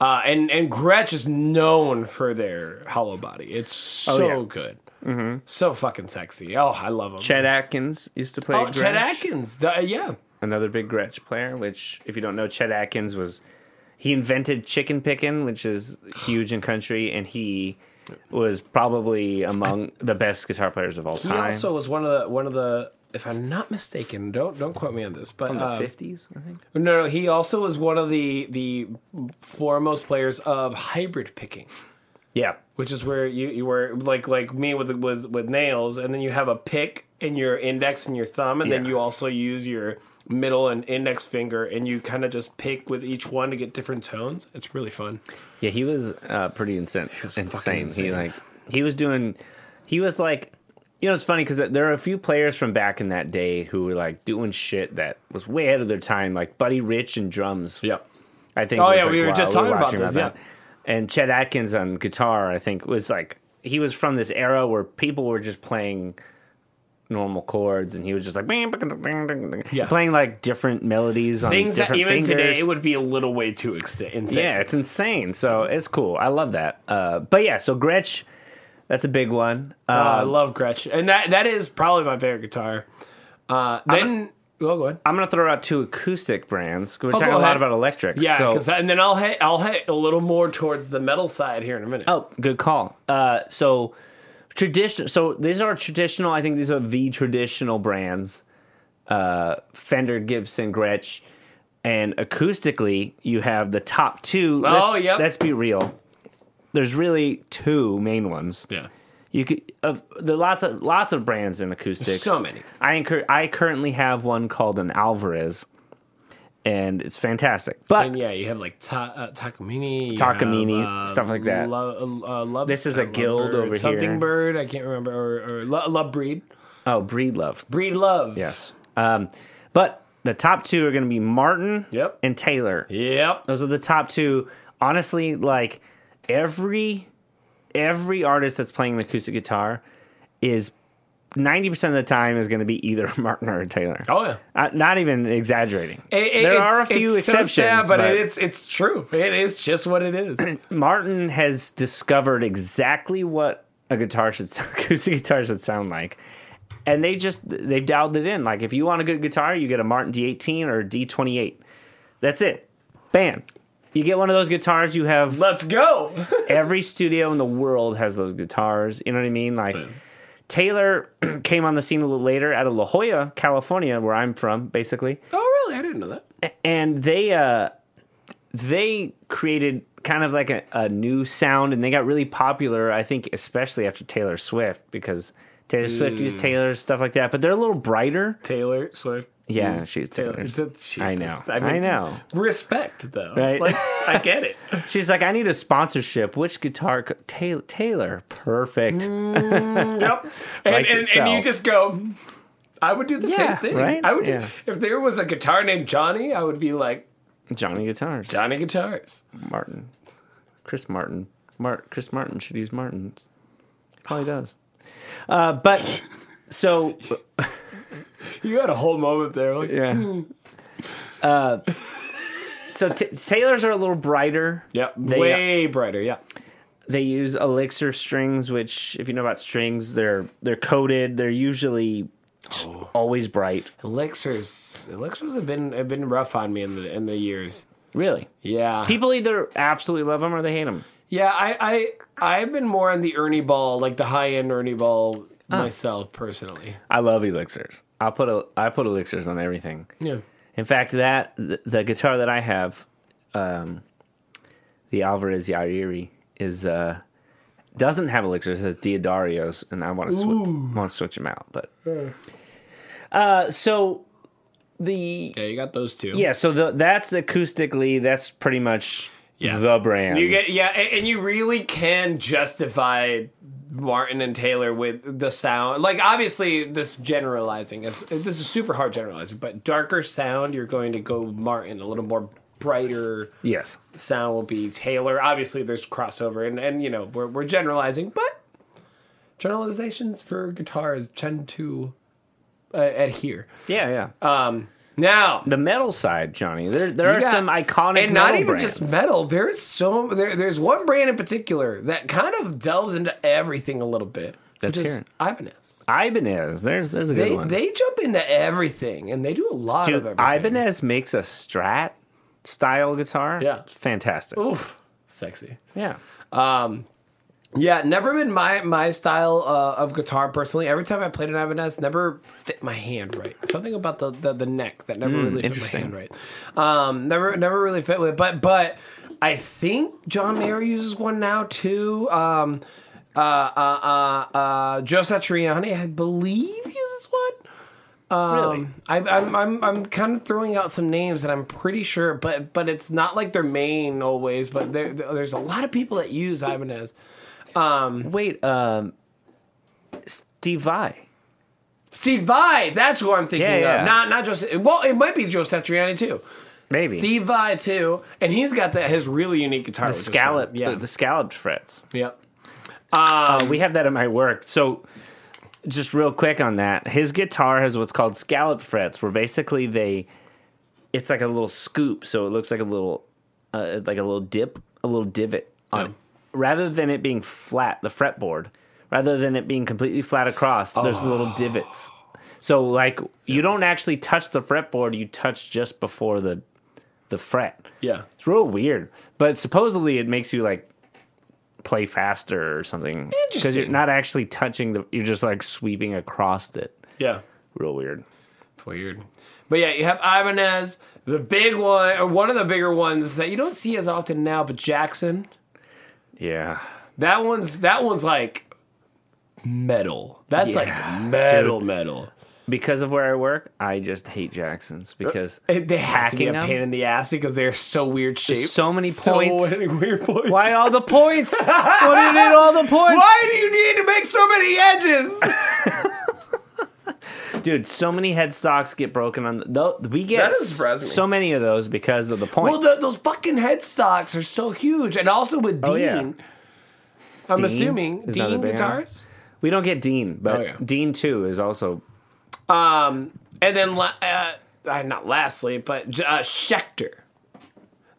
B: Uh, and and Gretsch is known for their hollow body. It's so
A: Oh, yeah.
B: good, mm-hmm. so fucking sexy. Oh, I love them.
A: Chet Atkins used to play.
B: oh, Chet
A: Gretsch,
B: Atkins, Duh, yeah,
A: another big Gretsch player. Which, if you don't know, Chet Atkins was he invented chicken pickin', which is huge in country, and he was probably among the best guitar players of all
B: he
A: time.
B: also was one of the one of the. If I'm not mistaken, don't don't quote me on this, but
A: in the
B: um,
A: fifties, I think.
B: no, no, he also was one of the the foremost players of hybrid picking.
A: Yeah,
B: which is where you, you were like like me with with with nails, and then you have a pick in your index and your thumb, and then
A: Yeah.
B: you also use your middle and index finger, and you kind of just pick with each one to get different tones. It's really fun.
A: Yeah, he was uh, pretty insane.
B: was fucking
A: insane.
B: insane.
A: He like he was doing. He was like You know, it's funny because there are a few players from back in that day who were like doing shit that was way ahead of their time, like Buddy Rich and drums.
B: Yep.
A: I think.
B: Oh,
A: was,
B: yeah,
A: like,
B: we were
A: wow,
B: just talking about
A: watching
B: this,
A: that. And Chet Atkins on guitar, I think, was like he was from this era where people were just playing normal chords, and he was just like bing, bing, bing, bing, bing,
B: Yeah.
A: playing like different melodies on
B: Things that
A: different
B: even today
A: fingers.
B: it would be a little way too exa- insane.
A: Yeah, it's insane. So it's cool. I love that. Uh, but yeah, so Gretsch, that's a big one. Uh,
B: Uh, I love Gretsch, and that that is probably my favorite guitar. Uh, then, well, go ahead.
A: I'm gonna throw out two acoustic brands. We're talking
B: Oh,
A: a
B: go
A: lot
B: ahead.
A: about electric.
B: Yeah,
A: so-
B: 'cause I- and then I'll hit I'll hit a little more towards the metal side here in a minute.
A: Oh, good call. Uh, so tradition. So these are traditional. I think these are the traditional brands: uh, Fender, Gibson, Gretsch, and acoustically, you have the top two.
B: Oh,
A: Let's-
B: yep.
A: Let's be real. There's really two main ones.
B: yeah,
A: You could of there are lots of lots of brands in acoustics.
B: So many.
A: I incur, I currently have one called an Alvarez, and it's fantastic. But
B: and yeah, you have like ta- uh, Takamine, you
A: Takamine,
B: have, um,
A: stuff like that.
B: Lo- uh, Love-
A: This is a
B: not
A: guild
B: Lovebird,
A: over
B: something
A: here.
B: bird. I can't remember or, or lo- love breed
A: oh, Breedlove.
B: breed love.
A: Yes. Um, but the top two are going to be Martin
B: Yep.
A: and Taylor.
B: Yep.
A: Those are the top two. Honestly, like every every artist that's playing an acoustic guitar is 90% of the time is going to be either Martin or Taylor.
B: Oh yeah.
A: Uh, not even exaggerating.
B: It- it-
A: there
B: it's-
A: are a few
B: it's so
A: exceptions,
B: sad,
A: but,
B: but, it's it's true. It is just what it is.
A: Martin has discovered exactly what a guitar should acoustic guitar should sound like. And they just they've dialed it in. Like if you want a good guitar, you get a Martin D18 or d D28. That's it. Bam. You get one of those guitars, you have
B: Let's go.
A: every studio in the world has those guitars. You know what I mean? Like Taylor came on the scene a little later out of La Jolla, California, where I'm from, basically
B: oh really? I didn't know that.
A: and they uh they created kind of like a, a new sound and they got really popular i think especially after taylor swift because taylor swift used taylor stuff like that but they're a little brighter
B: Taylor Swift.
A: Yeah,
B: is
A: she's Taylor's.
B: Jesus.
A: I know. I know.
B: Respect though.
A: Right.
B: Like I get it.
A: she's like i need a sponsorship which guitar co- taylor, taylor perfect
B: Yep. And,
A: Like
B: and, and
A: itself.
B: you just go, I would do the
A: Yeah,
B: same thing.
A: right?
B: I would
A: Yeah.
B: if there was a guitar named Johnny, I would be like
A: johnny guitars
B: Johnny Guitars.
A: martin chris martin Mar- chris martin should use martins probably does uh, but so
B: You had a whole moment there. Like,
A: Yeah. Uh, so t- Taylors are a little brighter.
B: Yep.
A: They, uh,
B: way brighter. Yeah.
A: They use elixir strings, which, if you know about strings, they're they're coated. They're usually always bright.
B: Elixirs. Elixirs have been have been rough on me in the in the years.
A: Really,
B: Yeah.
A: people either absolutely love them or they hate them.
B: Yeah, I, I I've been more on the Ernie Ball, like the high end Ernie Ball
A: Ah.
B: myself personally.
A: I love elixirs. I put a, I put elixirs on everything.
B: Yeah.
A: In fact, that the, the guitar that I have, um, the Alvarez Yariri, is uh, doesn't have elixirs. It has Diodarios, and I want to sw- want to switch them out. But uh, so the
B: Yeah, you got those two.
A: yeah, so the, that's acoustically. That's pretty much
B: Yeah.
A: the brand.
B: You get yeah, and, and you really can justify Martin and Taylor with the sound. Like obviously, this generalizing is this is super hard generalizing, but darker sound you're going to go Martin a little more brighter
A: yes.
B: sound will be Taylor. Obviously, there's crossover, and and you know we're we're generalizing, but generalizations for guitars tend to uh, adhere.
A: Yeah, yeah.
B: Um, now
A: Uh, the metal side, Johnny. There there are
B: yeah.
A: some iconic
B: and not
A: metal
B: even
A: brands.
B: just metal. There's so there, there's one brand in particular that kind of delves into everything a little bit.
A: Let's
B: which
A: hear
B: is
A: it.
B: Ibanez.
A: Ibanez. There's there's a good
B: They
A: one.
B: they jump into everything and they do a lot of
A: Dude,
B: everything.
A: Ibanez makes a Strat style guitar.
B: Yeah.
A: It's fantastic.
B: Oof, sexy.
A: Yeah.
B: Yeah, never been my my style uh, of guitar personally. Every time I played an Ibanez, never fit my hand right. Something about the the, the neck that never really fit my
A: interesting.
B: hand right. Um, never never really fit with. it. But but I think John Mayer uses one now too. Um, uh, uh, uh, uh, Joe Satriani, I believe, uses one.
A: really?
B: I, I'm I'm I'm kind of throwing out some names, and I'm pretty sure, but but it's not like their main always. But there there's a lot of people that use Ibanez.
A: Wait, um, S- Steve Vai.
B: Steve Vai, that's who I'm thinking
A: Yeah, yeah.
B: of. Not not Joe. Well, it might be Joe Satriani too.
A: Maybe.
B: Steve Vai too, and he's got that his really unique guitar.
A: the
B: which is fun.
A: scallop,
B: yeah,
A: the, the scalloped frets.
B: yep.
A: Uh, we have that at my work. So, just real quick on that, his guitar has what's called scallop frets, where basically they, it's like a little scoop, so it looks like a little, uh, like a little dip, a little divot on it. Rather than it being flat, the fretboard, rather than it being completely flat across, there's little divots. So like you don't actually touch the fretboard, you touch just before the, the fret.
B: Yeah,
A: It's real weird, but supposedly it makes you like play faster or something. Because you're
B: Interesting.
A: not actually touching the, you're just like sweeping across it.
B: yeah.
A: Real weird.
B: It's weird. But yeah, you have Ibanez, the big one, or one of the bigger ones that you don't see as often now. But Jackson,
A: Yeah.
B: that one's that one's like metal. That's
A: Yeah,
B: like metal, metal.
A: Because of where I work, I just hate Jacksons
B: Uh,
A: because
B: And They have to be a
A: Hacking 'em?
B: pain in the ass because they're so weird shaped.
A: so many
B: So
A: points.
B: many weird points.
A: why all the points? what do you need all the points?
B: Why do you need to make so many edges?
A: Dude, so many headstocks get broken on the, tho- we get
B: That doesn't surprise me.
A: so many of those because of the points.
B: well, the, those fucking headstocks are so huge, and also with Dean.
A: Oh, yeah.
B: I'm
A: Dean
B: assuming
A: is another
B: Dean
A: big one.
B: guitars.
A: we don't get Dean, but
B: Oh, yeah.
A: Dean too is also
B: Um, and then la- uh, uh, not lastly, but uh, Schecter.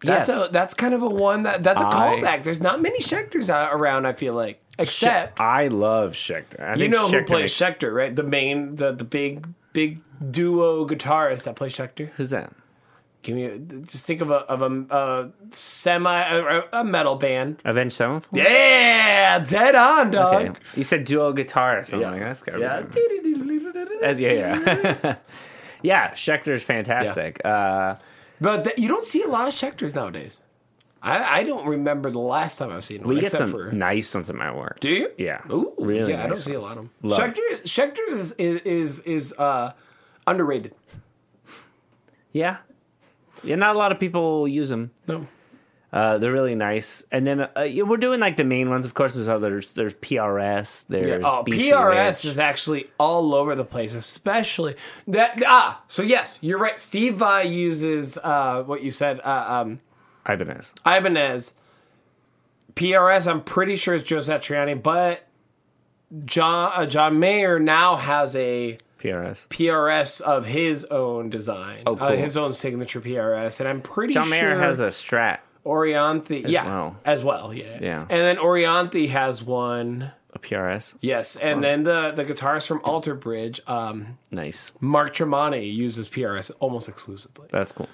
B: That's
A: Yes.
B: a that's kind of a one that that's a
A: I-
B: callback. There's not many Schecters out around. I feel like except
A: I love Schechter. I
B: you
A: think
B: know who
A: Schechter
B: plays
A: makes-
B: Schecter, right? The main the the big big duo guitarist that plays Schecter.
A: Who's that?
B: Give me a, just think of a of a, uh semi a, a metal band.
A: Avenged Sevenfold?
B: Yeah, dead on, dog.
A: Okay. Oh You said duo guitar or something like that. That's gotta be
B: Yeah.
A: good. That's- yeah, yeah. yeah, Schecter's fantastic. Uh,
B: But th- you don't see a lot of Schecters nowadays. I, I don't remember the last time I've seen one.
A: we get
B: except
A: some
B: for
A: nice ones at my work.
B: do you?
A: Yeah.
B: Ooh,
A: Really
B: Yeah, I don't
A: nice
B: see a
A: ones.
B: lot of them.
A: Love.
B: Schecters, Schecters is is is uh, underrated.
A: Yeah. Yeah, not a lot of people use them.
B: No,
A: Uh, they're really nice. And then uh, yeah, we're doing like the main ones. Of course, there's others. There's PRS. There's
B: oh,
A: BC
B: PRS
A: Rich.
B: is actually all over the place, especially that. Ah, so yes, you're right. Steve Vai uses uh, what you said. Uh, um,
A: Ibanez.
B: Ibanez, PRS. I'm pretty sure it's Joe Satriani, but John uh, John Mayer now has a
A: PRS.
B: PRS of his own design, oh,
A: cool.
B: his own signature PRS, and I'm pretty
A: John
B: sure
A: Mayer has a Strat,
B: Orianthe, yeah,
A: well.
B: as well, yeah,
A: Yeah.
B: and then Orianthe has one,
A: a PRS.
B: yes, and then the the guitarist from Alter Bridge, um,
A: Nice.
B: Mark Tremonti uses PRS almost exclusively.
A: That's cool.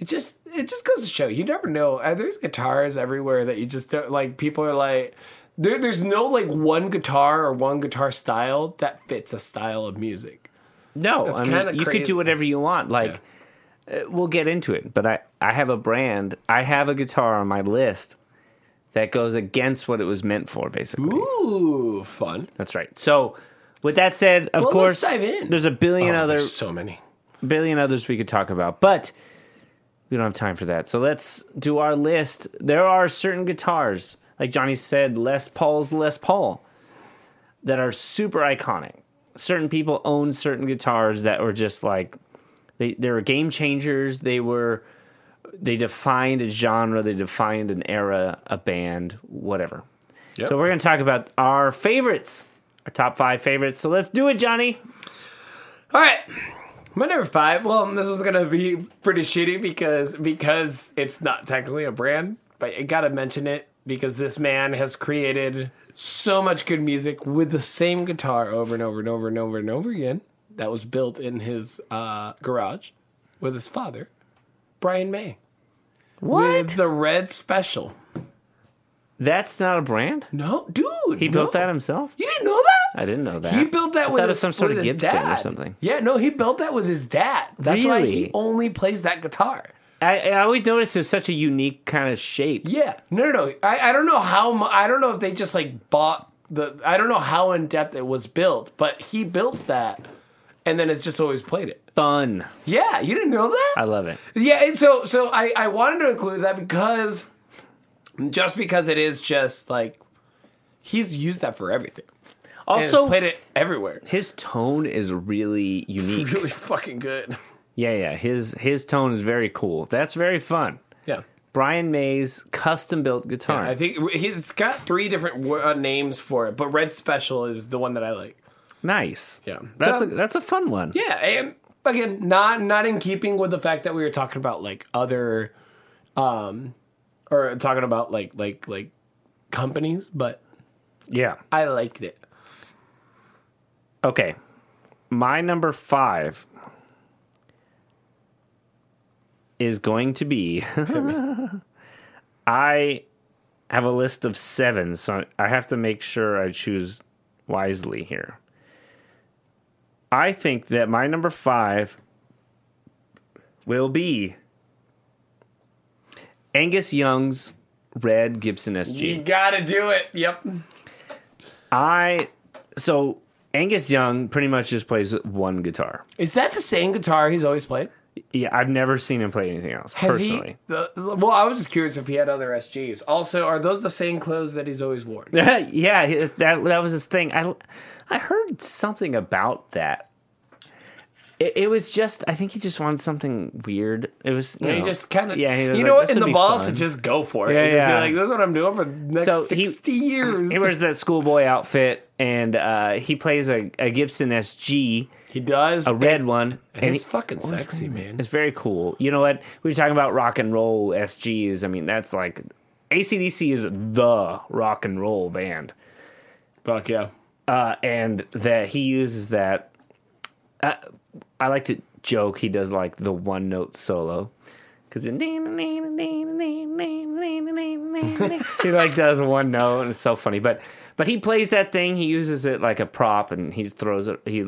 B: It just it just goes to show you never know. Uh, There's guitars everywhere that you just don't like. People are like. There, there's no like one guitar or one guitar style that fits a style of music.
A: No, I
B: kinda
A: mean you could
B: crazy.
A: do whatever you want. Like uh, we'll get into it, but I I have a brand. I have a guitar on my list that goes against what it was meant for. Basically,
B: Ooh, fun.
A: that's right. So. With that said, of
B: Well,
A: course,
B: let's dive in.
A: there's a billion
B: Oh,
A: other
B: there's so many.
A: billion others we could talk about, but we don't have time for that. So let's do our list. There are certain guitars, like Johnny said, Les Paul's Les Paul, that are super iconic. Certain people own certain guitars that were just like they they were game changers. They were they defined a genre, they defined an era, a band, whatever.
B: Yep.
A: So we're going to talk about our favorites, our top 5 favorites. So let's do it, Johnny.
B: All right. My number five. Well, this is gonna be pretty shitty because because it's not technically a brand, but I gotta mention it because this man has created so much good music with the same guitar over and over and over and over and over again. That was built in his uh, garage with his father, Brian May,
A: What?
B: with the Red Special.
A: That's not a brand?
B: No, dude,
A: He built that himself?
B: You didn't know that?
A: I didn't know that.
B: He built that
A: I
B: with
A: thought it
B: his,
A: was some sort
B: with
A: of
B: his
A: Gibson
B: dad.
A: or something.
B: Yeah, no, he built that with his dad. That's why he
A: Really?
B: only plays that guitar.
A: I, I always noticed it was such a unique kind of shape.
B: Yeah, no, no, no. I, I don't know how. Mu- I don't know if they just like bought the. I don't know how in depth it was built, but he built that, and then it's just always played it.
A: Fun.
B: Yeah, you didn't know that.
A: I love it.
B: Yeah, and so so I I wanted to include that because just because it is just like he's used that for everything. Also
A: Also,
B: played it everywhere.
A: his tone is really unique.
B: Really fucking good.
A: yeah, yeah. His his tone is very cool. That's very fun.
B: Yeah.
A: Brian May's custom built guitar.
B: I think he- it's got three different wo- uh, names for it, but Red Special is the one that I like.
A: nice.
B: Yeah.
A: That's
B: So-
A: a that's a fun one.
B: Yeah, and again, not not in keeping with the fact that we were talking about like other, um, or talking about like like like companies, but
A: yeah.
B: I liked it.
A: Okay. My number five is going to be I have a list of seven, so I have to make sure I choose wisely here. I think that my number five will be Angus Young's Red Gibson SG.
B: You gotta do it. Yep.
A: I so Angus Young pretty much just plays one guitar.
B: Is that the same guitar he's always played?
A: Yeah, I've never seen him play anything else
B: Has
A: personally.
B: he? The, well, I was just curious if he had other SGs. Also, are those the same clothes that he's always worn?
A: yeah, he- that that was his thing. I I heard something about that. It, it was just I think he just wanted something weird. It was you
B: And he
A: know,
B: just kind of,
A: yeah. he was
B: you
A: like,
B: know what?
A: "This
B: In
A: would
B: the
A: be
B: balls to
A: fun."
B: just go for it.
A: Yeah,
B: And just be
A: yeah.
B: like, that's what I'm doing for the next
A: So he-
B: 60 years.
A: He wears that schoolboy outfit, and uh, he plays a, a Gibson SG,
B: He does.
A: a red one.
B: and
A: And
B: he's
A: he-
B: fucking sexy, man.
A: It's very cool. You know what? We were talking about rock and roll SGs. I mean, that's like ACDC is the rock and roll band.
B: Fuck yeah.
A: Uh, and that he uses that. uh, I, I like to joke he does like the one note solo. Cause it, he like does one note and it's so funny, but but he plays that thing. He uses it like a prop and he throws it. He,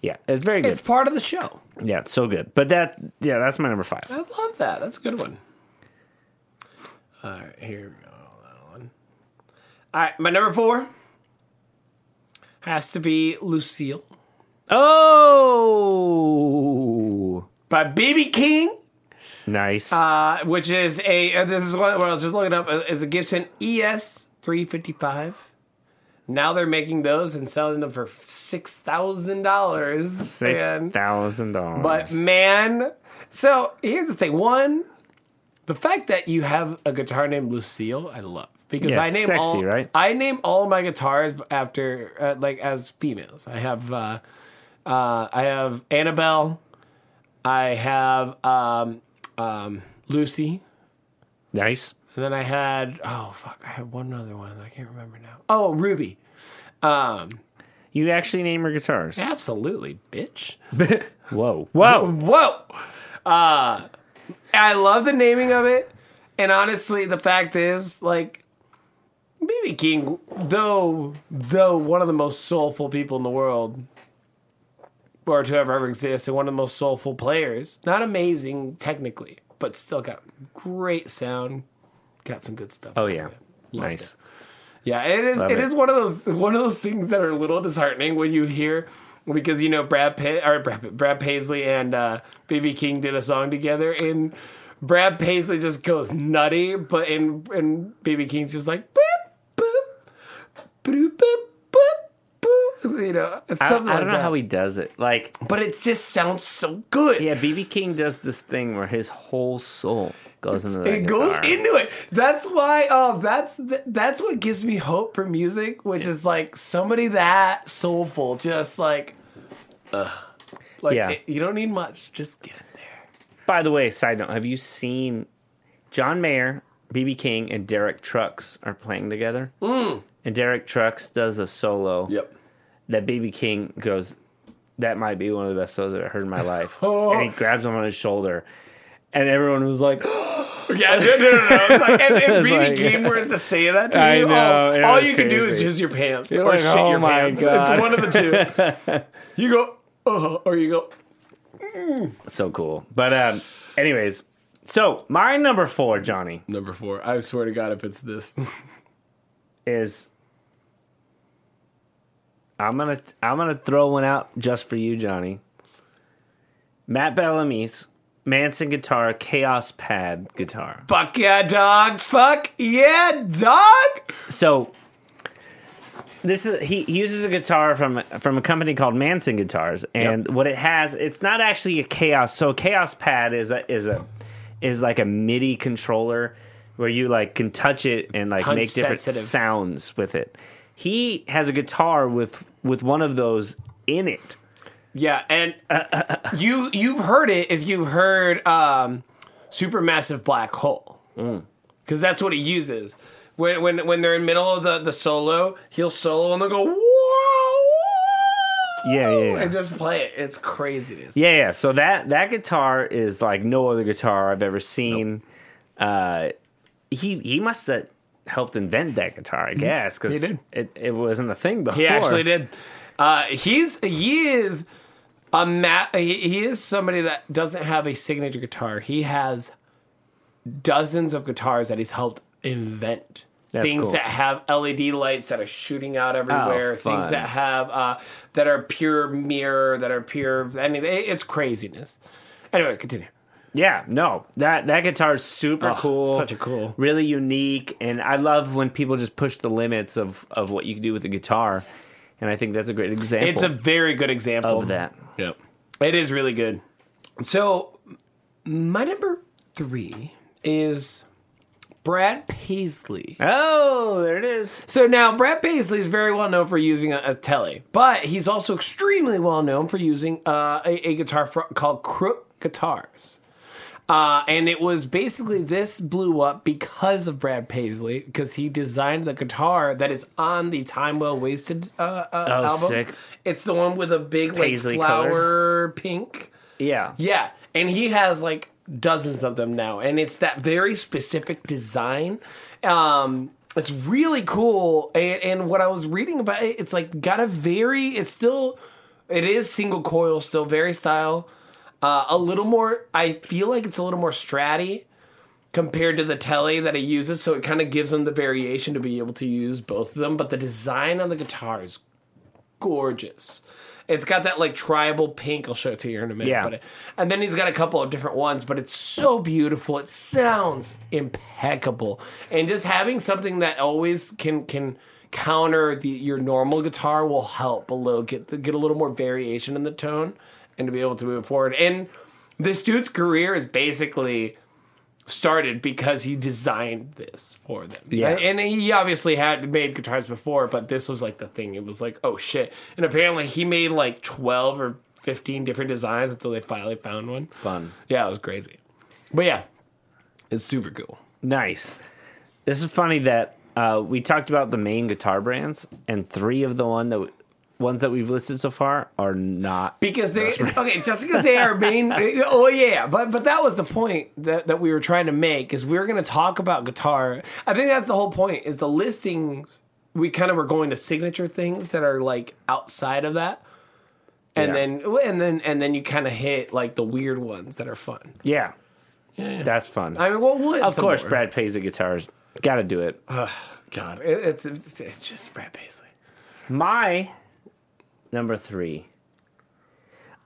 A: yeah, it's very good.
B: It's part of the show.
A: yeah, it's so good. But that yeah, that's my number five.
B: I love that. That's a good one. All right, here we go. Hold on. All right, my number four has to be Lucille
A: Oh,
B: by BB King.
A: nice.
B: uh, which is a uh, this is what what I was just looking up uh, is a Gibson ES three fifty five. Now they're making those and selling them for six thousand dollars.
A: Six thousand dollars.
B: But man, so here's the thing: one, the fact that you have a guitar named Lucille, I love because
A: Yeah,
B: I name
A: sexy,
B: all
A: right?
B: I name all my guitars after uh, like as females. I have uh, uh, I have Annabelle, I have um, um, Lucy,
A: nice.
B: and then I had oh fuck, I had one other one that I can't remember now. Oh, Ruby. Um,
A: You actually name your guitars.
B: absolutely, bitch.
A: Whoa, whoa.
B: Whoa. Uh, I love the naming of it. And honestly, the fact is, like, BB King, though, though one of the most soulful people in the world, or to have ever existed, one of the most soulful players, not amazing technically, but still got great sound, got some good stuff.
A: Oh yeah, nice.
B: Yeah, it is. it
A: it.
B: is one of those one of those things that are a little disheartening when you hear because you know Brad Pitt or Brad, Pitt- Brad Paisley and uh, BB King did a song together and Brad Paisley just goes nutty, but and and BB King's just like boop boop boop boop boop boop. You know, it's
A: I, I don't
B: something like
A: know
B: that.
A: how he does it. Like
B: but it just sounds so good.
A: yeah, BB King does this thing where his whole soul goes into that
B: It goes
A: guitar.
B: into it. That's why. Oh, that's th- that's what gives me hope for music, which is like somebody that soulful, just like, uh, like
A: Yeah.
B: it- you don't need much. Just get in there.
A: By the way, side note: Have you seen John Mayer, BB King, and Derek Trucks are playing together?
B: Hmm.
A: And Derek Trucks does a solo.
B: Yep.
A: that BB King goes, that might be one of the best solos I've ever heard in my life.
B: Oh.
A: and he grabs him on his shoulder. And everyone was like,
B: Yeah. No. No. No. no. It's Like, if if BB
A: like-
B: King were to say that to you,
A: I
B: all-
A: know, it
B: all,
A: was
B: you can do is
A: crazy.
B: jizz your pants or
A: like,
B: shit
A: oh
B: your
A: my
B: pants.
A: God.
B: It's one of the two. you go, uh, or you go.
A: so cool. But, um, anyways, so my number four, Johnny,
B: Number four. I swear to God, if it's this,
A: is I'm gonna I'm gonna throw one out just for you, Johnny. Matt Bellamy's Manson guitar chaos pad guitar.
B: fuck yeah, dog. Fuck yeah, dog.
A: So this is he he uses a guitar from from a company called Manson Guitars, and what it has, it's not actually a chaos. So a chaos pad is a is a is like a MIDI controller where you like can touch it and like
B: touch
A: make different
B: sensitive.
A: sounds with it. He has a guitar with with one of those in it.
B: Yeah, and you you've heard it if you've heard um, supermassive black hole,
A: Mm.
B: because that's what he uses. When when when they're in middle of the the solo, he'll solo and they'll go whoa, whoa,"
A: Yeah, yeah, yeah.
B: and just play it. It's craziness.
A: Yeah, yeah. So that that guitar is like no other guitar I've ever seen. Uh, he he must have helped invent that guitar, I guess, because
B: Mm-hmm. did.
A: it it wasn't a thing before.
B: He actually did. Uh, he's he is a ma- he, he is somebody that doesn't have a signature guitar. He has dozens of guitars that he's helped invent.
A: That's
B: things
A: cool. Oh,
B: that have LED lights that are shooting out everywhere. things
A: fun.
B: that have uh, that are pure mirror, that are pure. I mean, it- it's craziness. Anyway, continue.
A: Yeah, no, that that guitar is super
B: Oh,
A: cool,
B: such a cool-
A: really unique, and I love when people just push the limits of of what you can do with a guitar, and I think that's a great example
B: It's a very good example
A: of that.
B: Yep. It is really good. So, my number three is Brad Paisley.
A: Oh, there it is.
B: So, now Brad Paisley is very well known for using a, a tele, but he's also extremely well known for using uh, a, a guitar fr- called Crook Guitars. Uh, and it was basically this blew up because of Brad Paisley because he designed the guitar that is on the Time Well Wasted uh, uh, album.
A: Oh, sick.
B: It's the one with a big like
A: Paisley
B: flower
A: colored.
B: pink.
A: Yeah,
B: Yeah, and he has like dozens of them now, and it's that very specific design. Um, it's really cool, and, and what I was reading about it, it's like got a very. It's still, it is single coil, still very style. Uh, a little more. I feel like it's a little more stratty compared to the tele that he uses, so it kind of gives him the variation to be able to use both of them. But the design on the guitar is gorgeous. It's got that like tribal pink. I'll show it to you here in a minute.
A: Yeah.
B: But it, and then he's got a couple of different ones, but it's so beautiful. It sounds impeccable, and just having something that always can can counter the, your normal guitar will help a little get the, get a little more variation in the tone and to be able to move forward. And this dude's career is basically started because he designed this for them.
A: Yeah.
B: And he obviously had made guitars before, but this was like the thing. It was like, oh shit. And apparently he made like 12 or 15 different designs until they finally found one.
A: fun.
B: Yeah, it was crazy. But yeah, it's super cool.
A: Nice. This is funny that uh, we talked about the main guitar brands, and three of the one that w- ones that we've listed so far are not.
B: Because they okay, just because they are main. oh yeah, but but that was the point that, that we were trying to make is we were going to talk about guitar. I think that's the whole point is the listings. We kind of were going to signature things that are like outside of that, and
A: Yeah.
B: then and then and then you kind of hit like the weird ones that are fun.
A: Yeah, that's fun.
B: I mean, well, we'll hit
A: of
B: some
A: course,
B: more.
A: Brad pays the guitars. Got to do it.
B: God, it, it's it's just Brad Paisley.
A: My number three.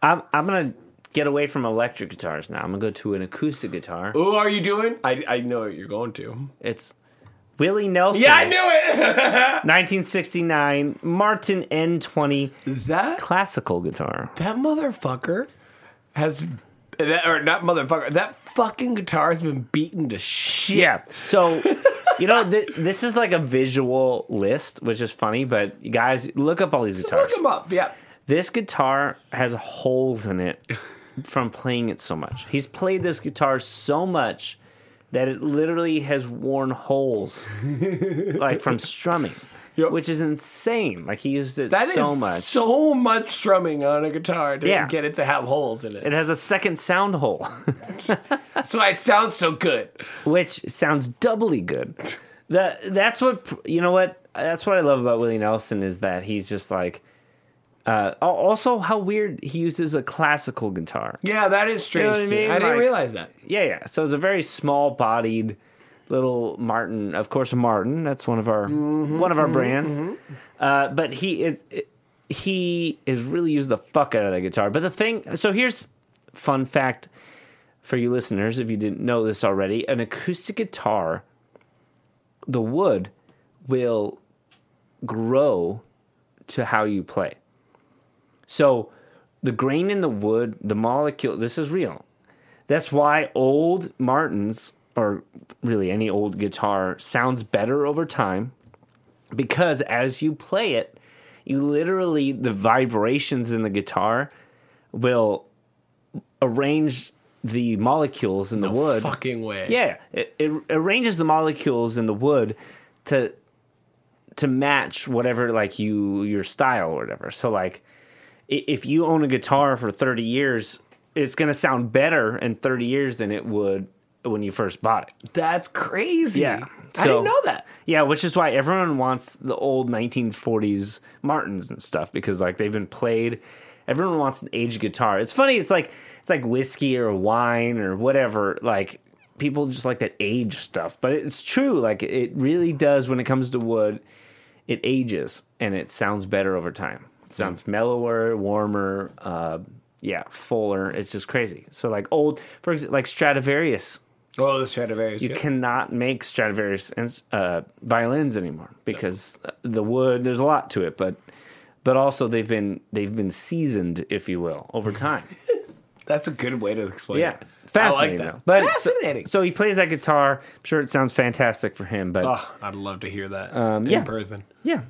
A: I'm I'm gonna get away from electric guitars now. I'm gonna go to an acoustic guitar.
B: Who are you doing? I I know what you're going to.
A: It's Willie Nelson.
B: Yeah, I knew
A: 1969 Martin N20
B: it. that
A: classical guitar.
B: that motherfucker has that or not motherfucker that fucking guitar has been beaten to shit
A: Yeah. So, you know, th- this is like a visual list, which is funny, but you guys, look up all these guitars.
B: look him up yeah
A: This guitar has holes in it from playing it so much. He's played this guitar so much that it literally has worn holes, like from strumming,
B: Yep.
A: which is insane. Like, he used it
B: That is
A: so much.
B: so much strumming on a guitar to
A: Yeah.
B: get it to have holes in it
A: it has a second sound hole.
B: that's why it sounds so good
A: which sounds doubly good. That that's what you know what that's what I love about Willie Nelson is that he's just like uh, al- also how weird he uses a classical guitar.
B: yeah that is strange
A: know what I
B: to me.
A: mean?
B: I didn't
A: Like-
B: realize that
A: Yeah, yeah. So it's a very small bodied little Martin. Of course, Martin. That's one of our one of our brands. Uh, but he is he is really used the fuck out of that guitar. But the thing, so here's fun fact for you listeners, if you didn't know this already, an acoustic guitar, the wood will grow to how you play. So the grain in the wood, the molecule, this is real. That's why old Martins, or really any old guitar, sounds better over time because as you play it, you literally, the vibrations in the guitar will arrange the molecules in the wood.
B: Fucking way.
A: Yeah, it, it arranges the molecules in the wood to to match whatever like you your style or whatever. So like i- if you own a guitar for 30 years, it's going to sound better in 30 years than it would when you first bought it.
B: That's crazy.
A: Yeah.
B: I
A: So-
B: didn't know that.
A: Yeah, which is why everyone wants the old 1940s Martins and stuff because like they've been played. Everyone wants an aged guitar. It's funny. It's like it's like whiskey or wine or whatever. Like people just like that age stuff, but it's true. Like it really does when it comes to wood. It ages and it sounds better over time. It sounds mellower, warmer, uh, yeah, fuller. It's just crazy. So like old, for example, like Stradivarius
B: Oh, the Stradivarius.
A: you cannot make Stradivarius ins- uh, violins anymore because uh, the wood. There's a lot to it, but but also they've been they've been seasoned, if you will, over time.
B: That's a good way to explain
A: yeah,
B: it.
A: fascinating.
B: I like that.
A: though. But so-
B: Fascinating.
A: So, he plays that guitar. I'm sure it sounds fantastic for him, but
B: oh, I'd love to hear that in
A: Um, yeah.
B: person.
A: yeah,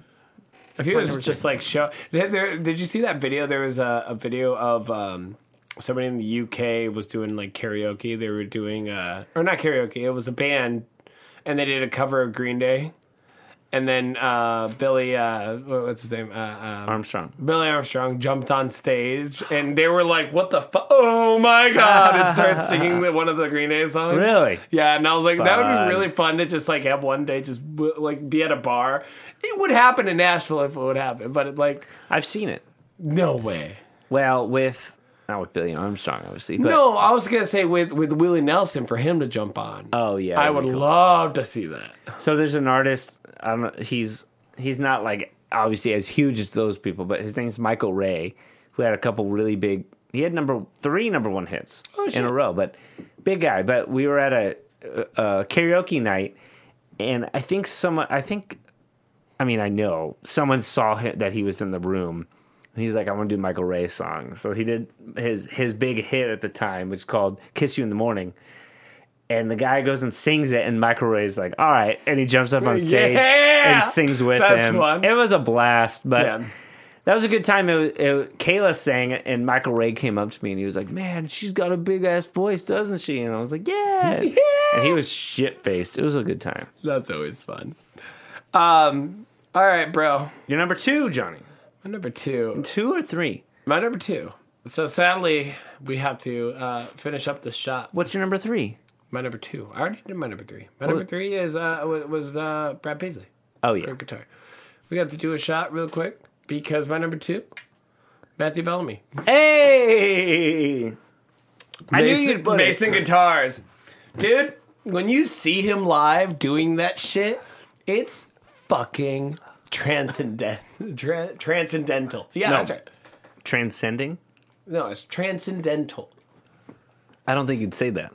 B: If he was just like show, did, there, did you see that video? There was a, a video of um, somebody in the UK was doing like karaoke. They were doing uh, or not karaoke. It was a band, and they did a cover of Green Day. And then uh, Billy, uh, what- what's his name? Uh, um,
A: Armstrong.
B: Billy Armstrong jumped on stage, and they were like, "What the fuck? Oh my god!" And started singing the- one of the Green Day songs.
A: Really?
B: Yeah, and I was like, that would
A: Fun.
B: be really fun to just like have one day just w- like be at a bar. It would happen in Nashville if it would happen, but it, like,
A: I've seen it.
B: no way.
A: Well, with not with Billy Armstrong, obviously. But,
B: no, I was gonna say with with Willie Nelson for him to jump on.
A: Oh yeah,
B: I
A: that'd
B: would
A: be cool.
B: love to see that.
A: So there's an artist. I don't. know, He's he's not like obviously as huge as those people, but his name's Michael Ray, who had a couple really big. He had number three number one hits in a
B: shit.
A: row, but big guy. But we were at a, a karaoke night, and I think someone. I think, I mean, I know someone saw him, that he was in the room. And he's like, I want to do Michael Ray songs. So he did his his big hit at the time, which is called "Kiss You in the Morning." And the guy goes and sings it, and Michael Ray's like, "All right," and he jumps up on stage
B: Yeah!
A: and sings with
B: That's
A: him.
B: fun.
A: It was a blast, but
B: Yeah.
A: that was a good time. It, was- it, Kayla sang, it, and Michael Ray came up to me, and he was like, "Man, she's got a big ass voice, doesn't she?" And I was like, "Yeah."
B: Yeah.
A: And he was shit faced. It was a good time.
B: That's always fun. Um, all right, bro.
A: You're number two, Johnny.
B: My number two.
A: Two or three?
B: My number two. So sadly, we have to uh, finish up the shot.
A: What's your number three?
B: My number two. I already did my number three. My number three is uh, wa- was uh, Brad Paisley.
A: Oh yeah.
B: for guitar. We got to do a shot real quick because my number two, Matthew Bellamy.
A: Hey. I knew you'd put it.
B: Mason Guitars. Dude, when you see him live doing that shit, it's fucking transcendent, tra- transcendental. Yeah,
A: No.
B: that's right.
A: Transcending.
B: No, it's transcendental.
A: I don't think you'd say that.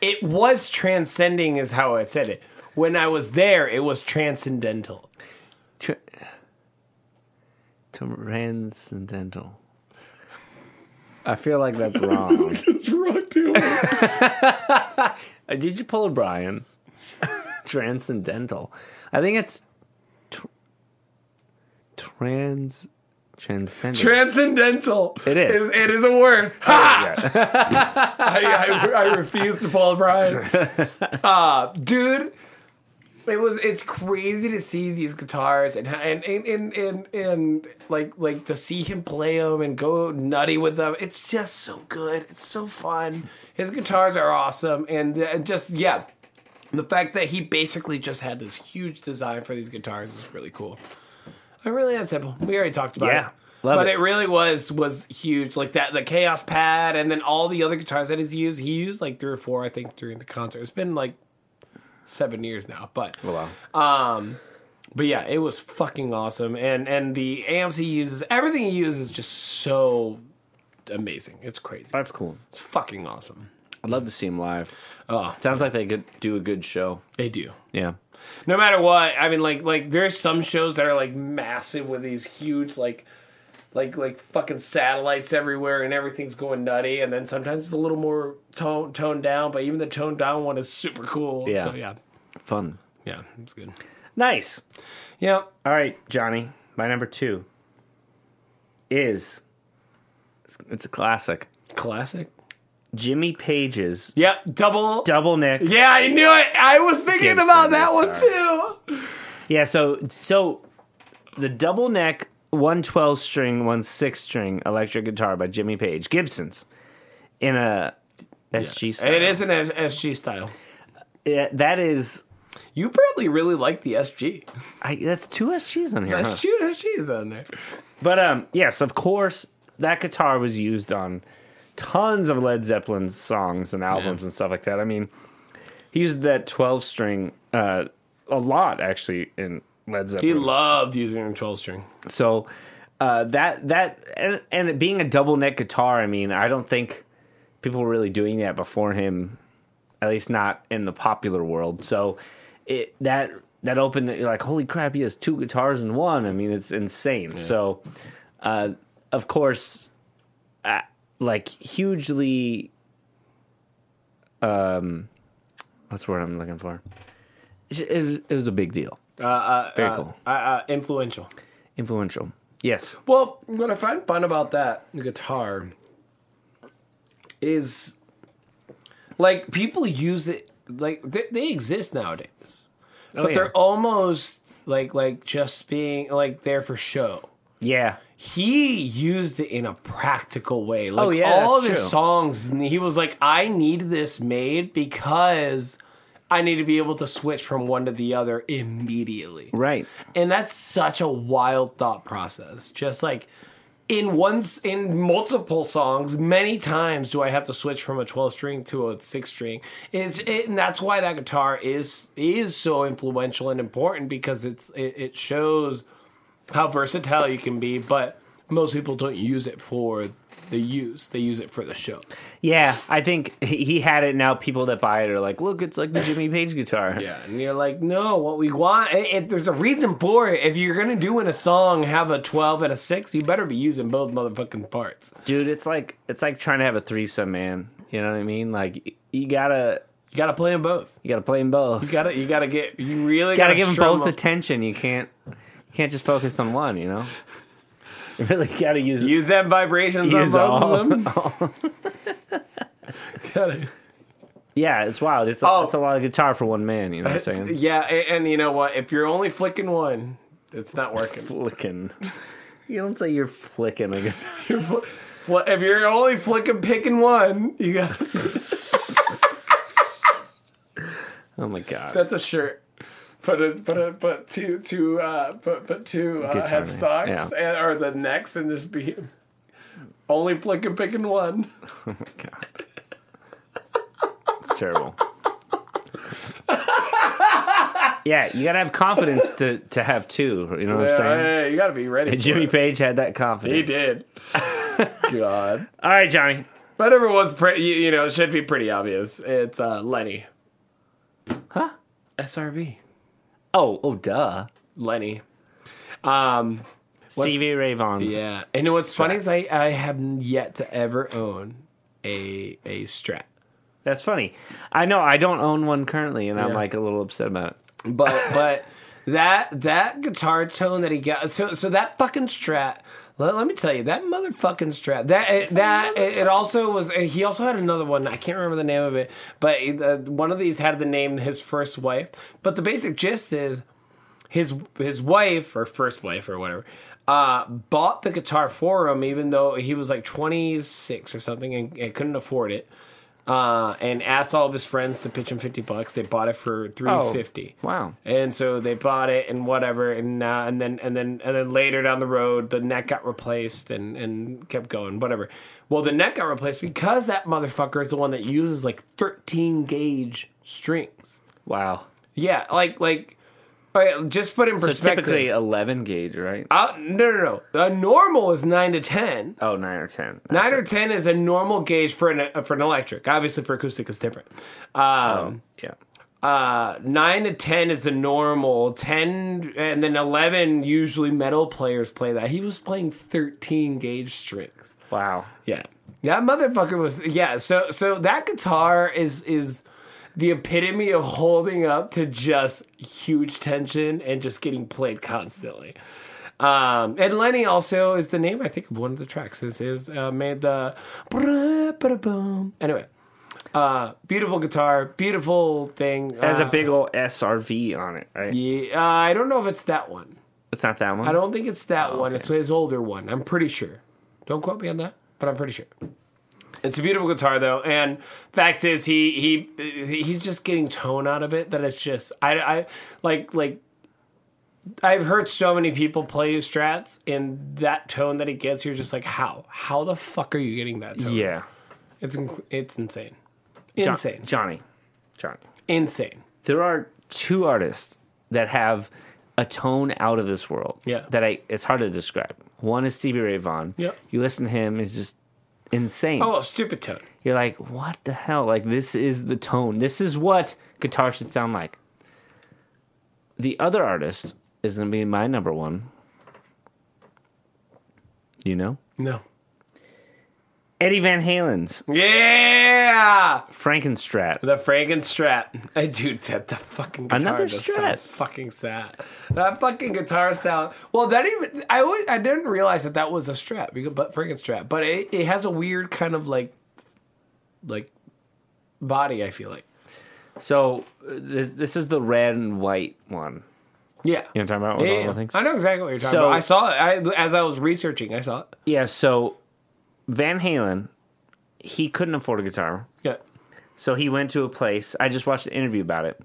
B: It was transcending, is how I said it. When I was there, it was transcendental.
A: Tra- transcendental. I feel like that's wrong.
B: It's wrong, too.
A: Uh, Did you pull a Brian? transcendental. I think it's tr- trans transcendent.
B: Transcendental.
A: It is.
B: It is, it is a word. Ha!
A: Yeah.
B: I, I, I refuse to follow Brian. Uh, dude, it was it's crazy to see these guitars and and and and, and, and like like to see him play them and go nutty with them. It's just so good. It's so fun. His guitars are awesome and uh, just yeah. The fact that he basically just had this huge design for these guitars is really cool. I really that simple. We already talked about
A: Yeah.
B: it.
A: Love
B: but
A: it.
B: it. really was was huge. Like that the chaos pad and then all the other guitars that he's used. He used like three or four, I think, during the concert. It's been like seven years now. But
A: Wow.
B: um but yeah, it was fucking awesome. And and the amps he uses, everything he uses is just so amazing. It's crazy.
A: That's cool.
B: It's fucking awesome.
A: I'd love to see him live.
B: Oh,
A: Sounds like they could do a good show.
B: they do.
A: Yeah.
B: No matter what, I mean, like, like there's some shows that are like massive with these huge like, like, like fucking satellites everywhere, and everything's going nutty. And then sometimes it's a little more tone toned down, but even the toned down one is super cool.
A: Yeah.
B: So yeah,
A: Fun.
B: yeah, it's good.
A: Nice.
B: Yeah.
A: All right, Johnny. My number two is it's a classic.
B: Classic.
A: Jimmy Page's
B: Yep. Double.
A: Double Nick.
B: yeah, I knew it. I was thinking
A: Gibson,
B: about that one
A: sorry.
B: too.
A: Yeah, so so the double neck one twelve string, one six string electric guitar by Jimmy Page, Gibson's in a SG style.
B: It is an S- SG style.
A: Yeah, that is
B: You probably really like the SG.
A: I, that's two SGs on here. huh?
B: SG, SG is on there.
A: But um yes, of course that guitar was used on tons of Led Zeppelin songs and albums and stuff like that. I mean, he used that 12 string uh a lot actually in Led Zeppelin.
B: He loved using a 12 string.
A: So uh, that that and, and it being a double neck guitar, I mean, I don't think people were really doing that before him, at least not in the popular world. So it that that opened that you're like, holy crap, he has two guitars in one. I mean, it's insane. So uh, of course, uh, like hugely. Um, what's the word I'm looking for? It was, it was a big deal.
B: Uh, uh,
A: Very
B: uh,
A: cool.
B: Uh, uh, influential.
A: Influential. Yes.
B: Well, what I find fun about that guitar is like people use it like they, they exist nowadays, but
A: yeah.
B: they're almost like like just being like there for show.
A: Yeah.
B: he used it in a practical way. Like
A: Oh, yeah,
B: all of
A: that's true.
B: his songs, and he was like, I need this made because I need to be able to switch from one to the other immediately.
A: Right.
B: And that's such a wild thought process. Just like in one's in multiple songs, many times do I have to switch from a 12 string to a 6 string. It's it, and that's why that guitar is is so influential and important because it's it, it shows how versatile you can be, but most people don't use it for the use. They use it for the show.
A: Yeah, I think he he had it. Now people that buy it are like, look, it's like the Jimmy Page guitar.
B: Yeah, and you're like, no, what we want, it, it- there's a reason for it. If you're gonna do in a song, have a 12 and a 6, you better be using both motherfucking parts.
A: Dude, it's like it's like trying to have a threesome, man. You know what I mean? Like y- you gotta
B: You gotta play them both.
A: you gotta play them both.
B: You gotta, you gotta get, you really
A: gotta give them both
B: a
A: attention. You can't you can't just focus on one. You know, you really gotta use.
B: Use them vibrations
A: Use
B: on both
A: all-
B: of them. Gotta-
A: yeah, it's wild. It's a,
B: Oh.
A: it's a lot of guitar for one man. You know what I'm saying?
B: yeah, a- and you know what? If you're only flicking one, it's not working.
A: flicking. You don't say you're flicking. Like,
B: Fl- If you're only flicking, picking one, you got
A: oh my god.
B: That's a shirt. Put a put a put two two uh put put two uh,
A: Guitar knife,
B: headstocks
A: yeah.
B: and, or the necks and just be only flicking picking one.
A: God. It's terrible. yeah, you gotta have confidence to to have two. You know what I'm
B: Yeah,
A: saying?
B: yeah, you gotta be ready.
A: And
B: for
A: Jimmy
B: it.
A: Page had that confidence.
B: he did. God,
A: All right, Johnny.
B: but everyone's pretty. You, you know, it should be pretty obvious. It's uh Lenny.
A: Huh?
B: SRV.
A: Oh, oh, duh.
B: Lenny. Um.
A: Stevie Ray Vaughan's.
B: Yeah, and what's funny is I I have yet to ever own a a Strat.
A: That's funny. I know. I don't own one currently, and I'm
B: Yeah.
A: like a little upset about it.
B: but but that that guitar tone that he got so so that fucking strat let, let me tell you that motherfucking strat that it, that it, it also was eh, he also had another one i can't remember the name of it but uh, one of these had the name his first wife but the basic gist is his his wife or first wife or whatever uh, bought the guitar for him even though he was like 26 or something and, and couldn't afford it uh, and asked all of his friends to pitch him 50 bucks they bought it for 350
A: Oh, Wow.
B: and so they bought it and whatever and uh, and then and then and then later down the road the neck got replaced and and kept going whatever well the neck got replaced because that motherfucker is the one that uses like 13 gauge strings
A: Wow.
B: yeah like like all right, just put in
A: It's
B: perspective
A: typically uh, 11 gauge, right?
B: uh, no no no a normal is 9 to 10
A: Oh, nine or 10.
B: Nine or ten is a normal gauge for an for an electric. Obviously, for acoustic, it's different. Um,
A: Yeah.
B: uh, nine to ten is the normal. Ten and then eleven usually metal players play that. He was playing thirteen gauge strings.
A: Wow.
B: Yeah, that motherfucker was. Yeah, so so that guitar is is the epitome of holding up to just huge tension and just getting played constantly. Um, and Lenny also is the name I think of one of the tracks. This is uh, made the anyway. Uh, beautiful guitar, beautiful thing.
A: Has
B: uh,
A: a big old SRV on it, right?
B: yeah, uh, I don't know if it's that one.
A: It's not that one.
B: I don't think it's that one. It's his older one. I'm pretty sure. Don't quote me on that, but I'm pretty sure. It's a beautiful guitar though, and fact is he he he's just getting tone out of it that it's just I I like like I've heard so many people play strats and that tone that he gets you're just like how how the fuck are you getting that tone?
A: Yeah.
B: It's inc- it's insane.
A: Jo-
B: Insane.
A: Johnny. Johnny.
B: insane.
A: There are two artists that have a tone out of this world.
B: Yeah.
A: That I it's hard to describe. One is Stevie Ray Vaughan.
B: Yep.
A: You listen to him, it's just insane.
B: Oh, stupid tone.
A: You're like, what the hell? Like this is the tone. This is what guitar should sound like. The other artist is gonna be my number one. You know?
B: No.
A: Eddie Van Halen's
B: Yeah.
A: Frankenstrat.
B: The Frankenstrat. I dude that the fucking guitar
A: Another
B: does
A: strat.
B: sound fucking sad. That fucking guitar sound. Well, that even I always I didn't realize that that was a strap, but Frankenstrat. But it, it has a weird kind of like like body. I feel like
A: So uh, this, this is the red and white one. You
B: yeah.
A: know what I'm talking about? With all
B: Yeah.
A: the things?
B: I know exactly what you're talking
A: So-
B: about. I saw it I, as I was researching. I saw it.
A: Yeah, so Van Halen, he couldn't afford a guitar.
B: Yeah.
A: So he went to a place. I just watched an interview about it.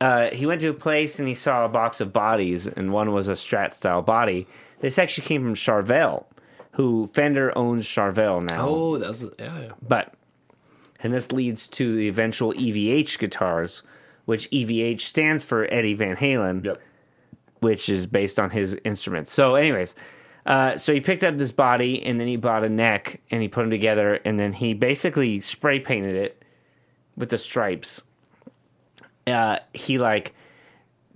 A: Uh, he went to a place and he saw a box of bodies, and one was a Strat style body. This actually came from Charvel, who Fender owns Charvel now.
B: Oh, that's yeah. yeah.
A: But, and this leads to the eventual EVH guitars, which EVH stands for Eddie Van Halen. which is based on his instruments. So, anyways, uh, so he picked up this body and then he bought a neck and he put them together and then he basically spray painted it with the stripes. Uh, he like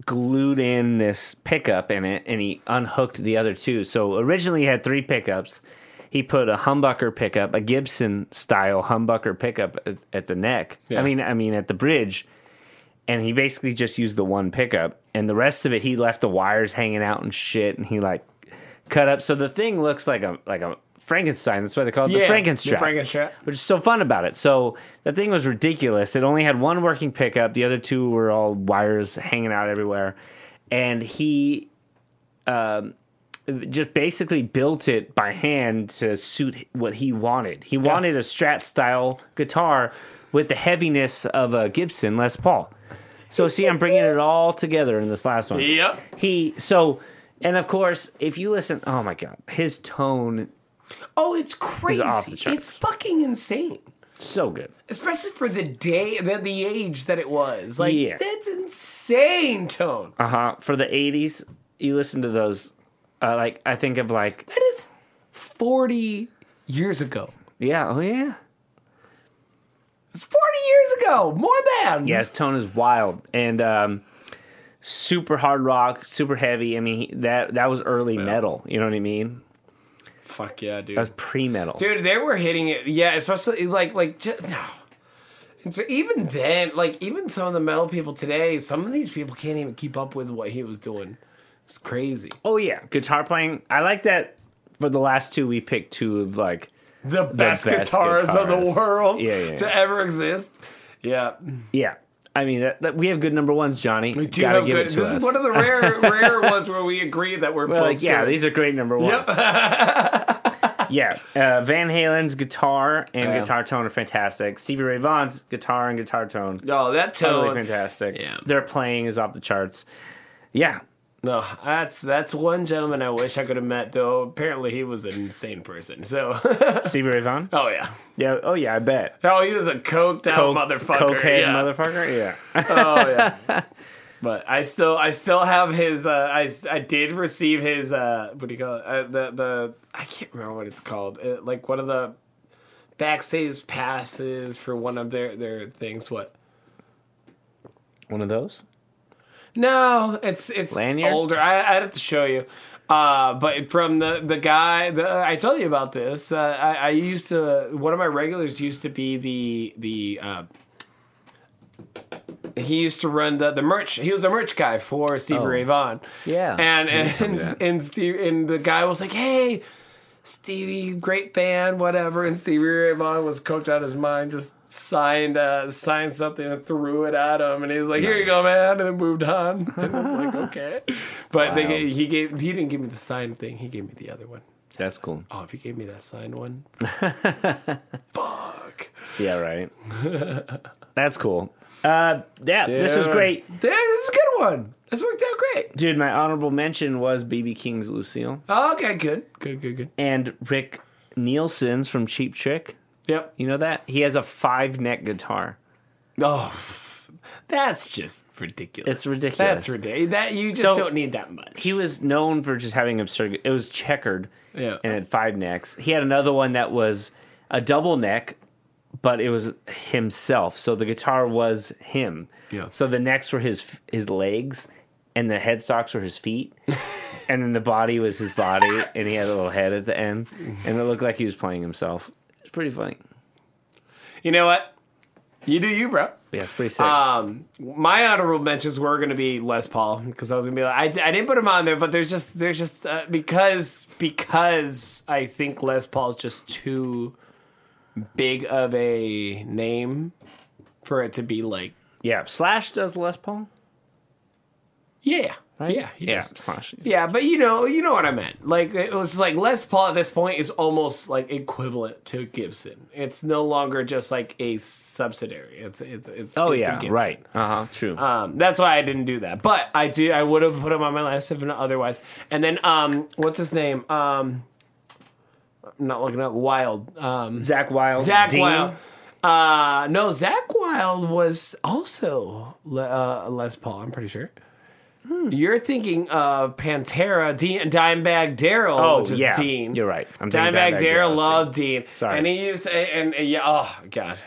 A: glued in this pickup in it and he unhooked the other two. So originally he had three pickups. He put a humbucker pickup, a Gibson style humbucker pickup at, at the neck. I
B: Yeah.
A: mean, I mean at the bridge and he basically just used the one pickup and the rest of it he left the wires hanging out and shit and he like cut up so the thing looks like a like a Frankenstein that's why they call it
B: Yeah,
A: the
B: the
A: Frankenstrat
B: Frankenstrat.
A: which is so fun about it so the thing was ridiculous it only had one working pickup the other two were all wires hanging out everywhere and he just basically built it by hand to suit what he wanted. He wanted a Strat style guitar with the heaviness of a Gibson Les Paul. So see, I'm bringing it all together in this last one.
B: Yep.
A: He so, and of course, if you listen, oh my god, his tone
B: Oh, it's crazy.
A: off the charts.
B: It's fucking insane.
A: so good.
B: especially for the day the, the age that it was like
A: Yeah.
B: that's insane tone
A: Uh huh. For the '80s, you listen to those. Uh, like I think of like
B: that is 40 years ago
A: yeah oh yeah
B: it's 40 years ago more than
A: Yeah, his tone is wild and um, super hard rock, super heavy. I mean, he, that that was early metal. You know what I mean?
B: fuck yeah dude
A: That was pre metal.
B: dude they were hitting it yeah especially like like just no and so even then like even some of the metal people today some of these people can't even keep up with what he was doing it's crazy
A: Oh yeah, guitar playing. I like that. For the last two, we picked two of like
B: the best,
A: best
B: guitarists of the
A: guitarists.
B: world
A: Yeah, yeah,
B: to
A: yeah.
B: ever exist yeah
A: yeah. I mean, that, that we have good number ones, Johnny. We
B: Do you have good- this is one of the rare rare ones where we agree that we're, both
A: like yeah,
B: good.
A: these are great number ones. yeah, uh, Van Halen's guitar and
B: Yeah.
A: guitar tone are fantastic. Stevie Ray Vaughan's guitar and guitar tone
B: Oh, that
A: totally
B: tone.
A: fantastic.
B: Yeah.
A: Their playing is off the charts. Yeah.
B: No, that's that's one gentleman I wish I could have met. Though apparently he was an insane person. So,
A: Stevie Ray Vaughan?
B: oh yeah,
A: Yeah. Oh, yeah, I bet.
B: oh he was a coked out motherfucker.
A: Cokehead
B: yeah.
A: motherfucker? Yeah.
B: oh yeah. But I still, I still have his. Uh, I, I did receive his. Uh, what do you call it? Uh, the the I can't remember what it's called. Uh like one of the backstage passes for one of their their things. What?
A: One of those?
B: No, it's it's
A: Lanyard?
B: older. I I have to show you. Uh, but from the the guy, the, I told you about this. Uh, I, I used to one of my regulars used to be the the. Uh, he used to run the, the merch. He was the merch guy for Stevie Ray Vaughan.
A: Yeah.
B: and
A: You did tell me
B: and
A: that.
B: and, Steve, and the guy was like, "Hey, Stevie, great band, whatever." And Stevie Ray Vaughan was coked out of his mind, just signed uh, signed something and threw it at him, and he was like, "Here you go, man," and then moved on. And I was like, "Okay," but they
A: Wow.
B: gave, he gave he didn't give me the signed thing. He gave me the other one.
A: That's cool.
B: Oh, if he gave me that signed one, fuck.
A: Yeah, right. That's cool. Uh, yeah, this was great.
B: Dude, this is a good one. This worked out great.
A: Dude, my honorable mention was BB King's Lucille
B: okay, good, good, good, good.
A: and Rick Nielsen's from Cheap Trick.
B: Yep.
A: You know that? He has a five neck guitar.
B: Oh, that's just ridiculous.
A: It's ridiculous.
B: That's ridiculous. That you just
A: So-
B: don't need that much.
A: He was known for just having absurd. It was checkered
B: Yeah.
A: and had five necks. He had another one that was a double neck, but it was himself. So the guitar was him.
B: Yeah.
A: So the necks were his his legs, and the headstocks were his feet, and then the body was his body, and he had a little head at the end, and it looked like he was playing himself. It's pretty funny.
B: You know what? You do you, bro.
A: Yeah, it's pretty sick.
B: Um, my honorable mentions were gonna be Les Paul because I was gonna be like, I, I didn't put him on there, but there's just there's just uh, because because I think Les Paul's just too big of a name for it to be like,
A: yeah, Slash does Les Paul.
B: yeah,
A: Right?
B: yeah, he
A: yeah,
B: does.
A: Slash.
B: Yeah, but you know, you know what I meant. Like it was like Les Paul at this point is almost like equivalent to Gibson. It's no longer just like a subsidiary. It's it's it's
A: Oh
B: it's a
A: yeah,
B: Gibson.
A: right. Uh huh. True.
B: Um, that's why I didn't do that. But I do. I would have put him on my list if not otherwise. And then um, what's his name? Um, I'm not looking up Wild. Um,
A: Zach Wild.
B: Zach
A: Dean.
B: Wild. Uh, no, Zach Wild was also Le- uh, Les Paul. I'm pretty sure. You're thinking of Pantera, Dean, Dimebag Daryl,
A: Oh,
B: which is
A: yeah.
B: Dean.
A: You're right. I'm thinking
B: Dimebag
A: Dimebag
B: Daryl
A: Darrell,
B: loved Dean.
A: Sorry.
B: And he used to, and, and- yeah, oh god,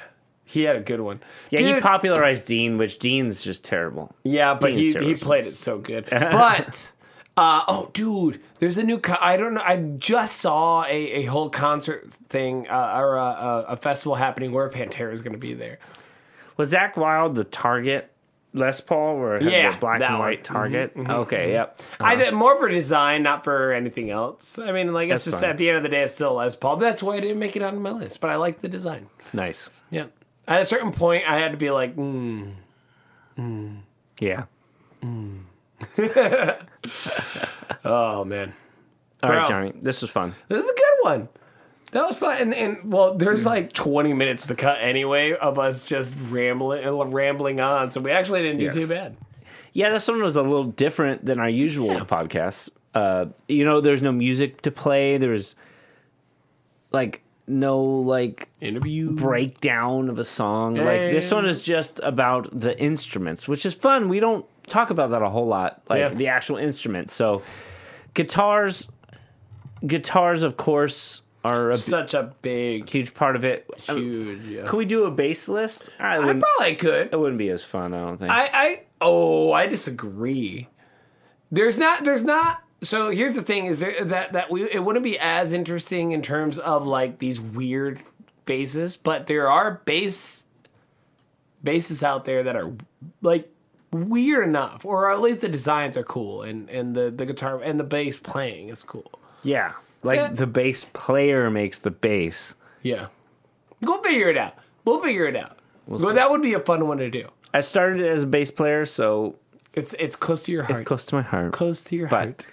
B: he had a good one.
A: Yeah, he
B: Dude,
A: popularized Dean, which Dean's just terrible.
B: yeah, but
A: Dean
B: he,
A: Sarah
B: he
A: was-
B: played it so good. But uh, oh, dude, there's a new. Co- I don't know. I just saw a, a whole concert thing uh, or a, a, a festival happening where Pantera is going to be there.
A: Was Zach Wild the target Les Paul or had
B: Yeah,
A: the black
B: that
A: and
B: one.
A: white target? Okay, yep.
B: I did more for design, not for anything else. I mean, like
A: That's
B: it's just
A: fine.
B: at the end of the day, it's still Les Paul. That's why I didn't make it on my list. But I like the design.
A: Nice.
B: Yeah. At a certain point, I had to be like, mm,
A: Yeah.
B: oh man,
A: All right,
B: Bro.
A: Johnny. This was fun.
B: this is a good one. That was fun. And, and well, there's like 20 minutes to cut anyway of us just rambling uh, rambling on. So we actually didn't do
A: Yes.
B: too bad.
A: Yeah, this one was a little different than our usual podcasts. Uh, you know, there's no music to play. There was like no like
B: Interview.
A: breakdown of a song. Like this
B: Yeah.
A: one is just about the instruments, which is fun. We don't talk about that a whole lot, like
B: Yeah.
A: the actual instruments. So guitars, guitars, of course, are a
B: Such a big,
A: huge part of it. Um,
B: huge. Yeah.
A: Could we do a bass list? I
B: I
A: wouldn't.
B: probably could.
A: it wouldn't be as fun. I don't think.
B: I, I oh I disagree. There's not there's not so here's the thing is there, that that we it wouldn't be as interesting in terms of like these weird bases, but there are base bases out there that are like weird enough, or at least the designs are cool and and the the guitar and the bass playing is cool.
A: yeah, like
B: Yeah.
A: the bass player makes the bass.
B: Yeah, go figure it out. We'll figure it out. well, that would be a fun one to do.
A: I started as a bass player, so
B: It's it's close to your heart.
A: it's close to my heart.
B: close to your
A: But
B: heart.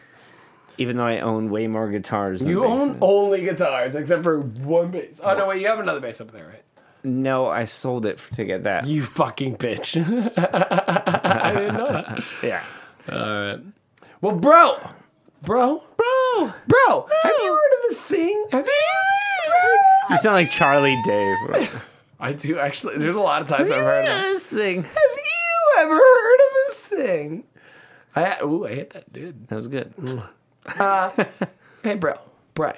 A: Even though I own way more guitars, than
B: You
A: basses.
B: own only guitars except for one bass. Oh no, wait, you have another bass up there, right?
A: No, I sold it for, to get that.
B: You fucking bitch. I didn't know that.
A: Yeah.
B: Well, bro, bro, bro, bro. Have you heard of this thing? Have you?
A: You sound like Charlie Dave.
B: I do actually. There's a lot of times I've heard of.
A: this thing.
B: Have you ever heard of this thing? I ooh, I hit that dude.
A: That was good.
B: Hey, bro, Brian.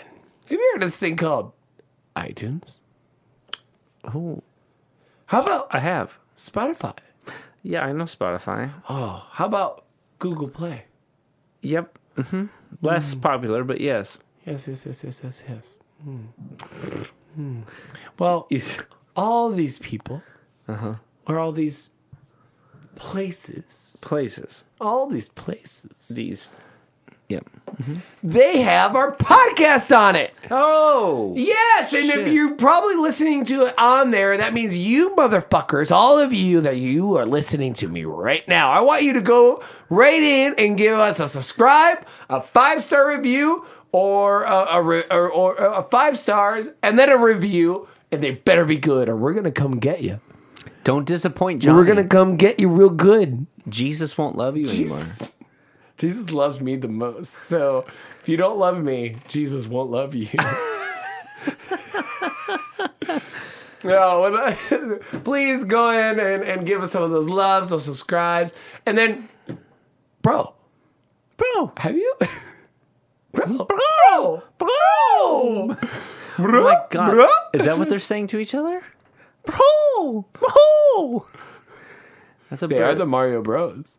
B: Have you heard of this thing called iTunes?
A: Oh,
B: How about
A: I have.
B: Spotify?
A: Yeah, I know Spotify.
B: Oh, how about Google Play?
A: Yep. hmm Less popular, but yes.
B: Yes, yes, yes, yes, yes, yes. Hmm. Hmm. Well,
A: Is-
B: all these people, or all these places,
A: Places.
B: all these places,
A: These. Yep.
B: they have our podcast on it.
A: Oh!
B: Yes, and if
A: Shit.
B: you're probably listening to it on there, that means you motherfuckers, all of you that you are listening to me right now. I want you to go right in and give us a subscribe, a five star review, or a, a re- or, or a five stars, and then a review. And they better be good, or we're gonna come get you.
A: Don't disappoint Johnny.
B: We're gonna come get you real good.
A: Jesus won't love you anymore.
B: Jesus. Jesus loves me the most. So if you don't love me, Jesus won't love you. no, with- please go in and, and give us some of those loves, those subscribes. And then, bro,
A: Bro!
B: have you? Bro, bro, bro, bro,
A: Oh my god.
B: bro.
A: Is that what they're saying to each other? Bro! Bro! That's a
B: They are
A: bird.
B: the Mario Bros.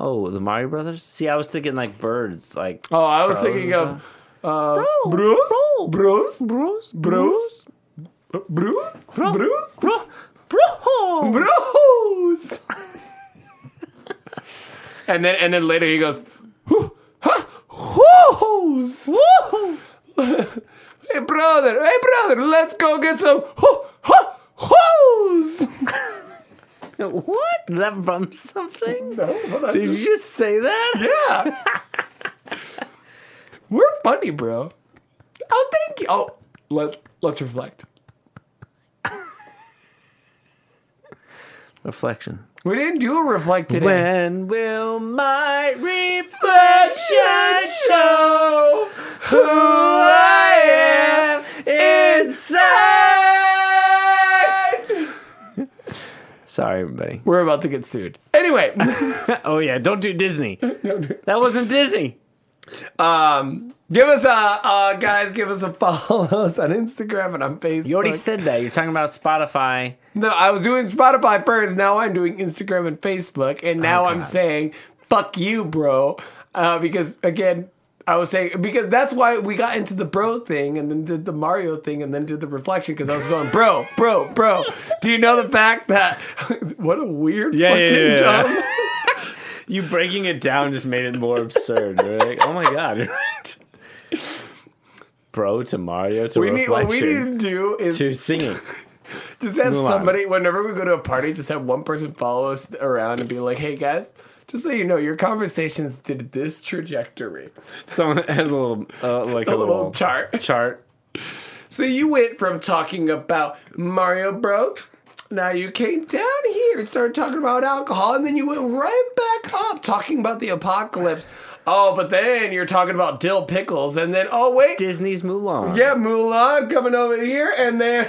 A: oh, the Mario Brothers? See, I was thinking like birds. Like.
B: Oh, I was
A: Bros,
B: thinking of uh, Bruce,
A: bro,
B: Bruce,
A: Bros?
B: Bruce, Bruce, Bruce,
A: Bro! Bro!
B: Bruce. and then and then later he goes, "Who- huh, who's, woo." hey brother, hey brother, let's go get some who- huh, who's.
A: What? Is that from something? Did
B: Yeah.
A: you just say that?
B: We're funny, bro. Oh, thank you. Oh, let let's reflect.
A: Reflection.
B: We didn't do a reflect today.
A: When will my reflection
B: reflection show who I am inside.
A: Sorry, everybody.
B: We're about to get sued. Anyway,
A: Oh yeah, don't do Disney. That wasn't Disney.
B: um, give us a uh, guys, give us a follow us on Instagram and on Facebook.
A: You already said that. You're talking about Spotify.
B: no. I was doing Spotify first. Now I'm doing Instagram and Facebook, and now I'm
A: Oh, God.
B: saying fuck you, bro, uh, because again. I was saying because that's why we got into the bro thing and then did the Mario thing and then did the reflection because I was going bro bro bro. Do you know the fact that what a weird
A: Yeah, yeah,
B: fucking
A: yeah,
B: job
A: yeah. You breaking it down just made it more absurd. Right? Oh my god, you're right. Bro to Mario to
B: we need what
A: reflection
B: we need to do is
A: to singing.
B: Just have
A: Mulan.
B: somebody whenever we go to a party, just have one person follow us around and be like, "Hey guys, just so you know, your conversations did this trajectory,
A: Someone has a little uh, like a,
B: a little chart."
A: chart.
B: So you went from talking about Mario Bros. Now you came down here and started talking about alcohol, and then you went right back up talking about the apocalypse. Oh, but then you're talking about dill pickles, and then oh wait,
A: Disney's Mulan.
B: Yeah, Mulan coming over here, and then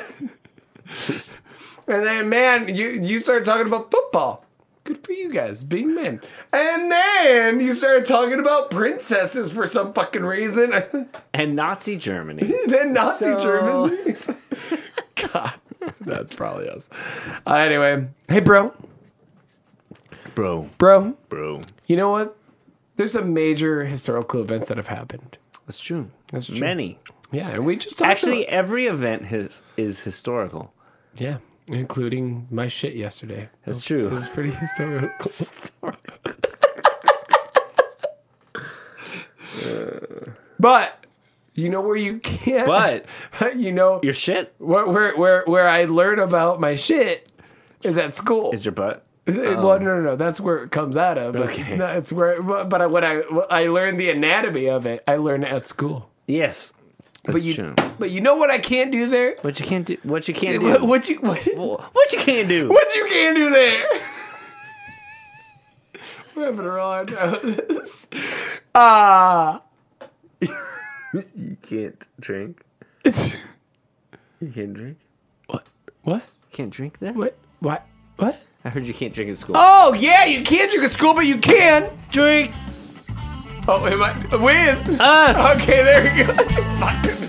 B: and then man, you you started talking about football. Good for you guys, being men. And then you started talking about princesses for some fucking reason. And
A: And Nazi Germany.
B: then Nazi
A: So-
B: Germany. God, that's probably us. Uh, anyway, hey, bro,
A: Bro,
B: bro,
A: bro.
B: you know what? There's some major historical events that have happened.
A: That's true.
B: That's true.
A: Many.
B: Yeah, and we just talked
A: Actually, every event is is historical.
B: about- yeah, including my shit yesterday.
A: That's true.
B: It was pretty historical. but you know where you can't.
A: But
B: you know
A: your shit
B: where, where where where I learn about my shit is at school.
A: is your butt.
B: well, no, no, no. That's where it comes out of. But
A: Okay.
B: it's, not, it's where. But, but I, when I when I learned the anatomy of it, I learned it at school.
A: Yes. That's
B: But you,
A: true.
B: but you know what I can't do there.
A: What you can't do. What you can't
B: What,
A: do.
B: what you what,
A: What you can't do.
B: what you can't do there. We're having a real hard time with this. Ah.
A: You can't drink.
B: It's
A: You can't drink.
B: what? What?
A: Can't drink there.
B: What? What? What?
A: I heard you can't drink at school.
B: Oh yeah, you can't drink at school, but you can drink. Oh, am I win?
A: Us.
B: Okay, there you go. You fucking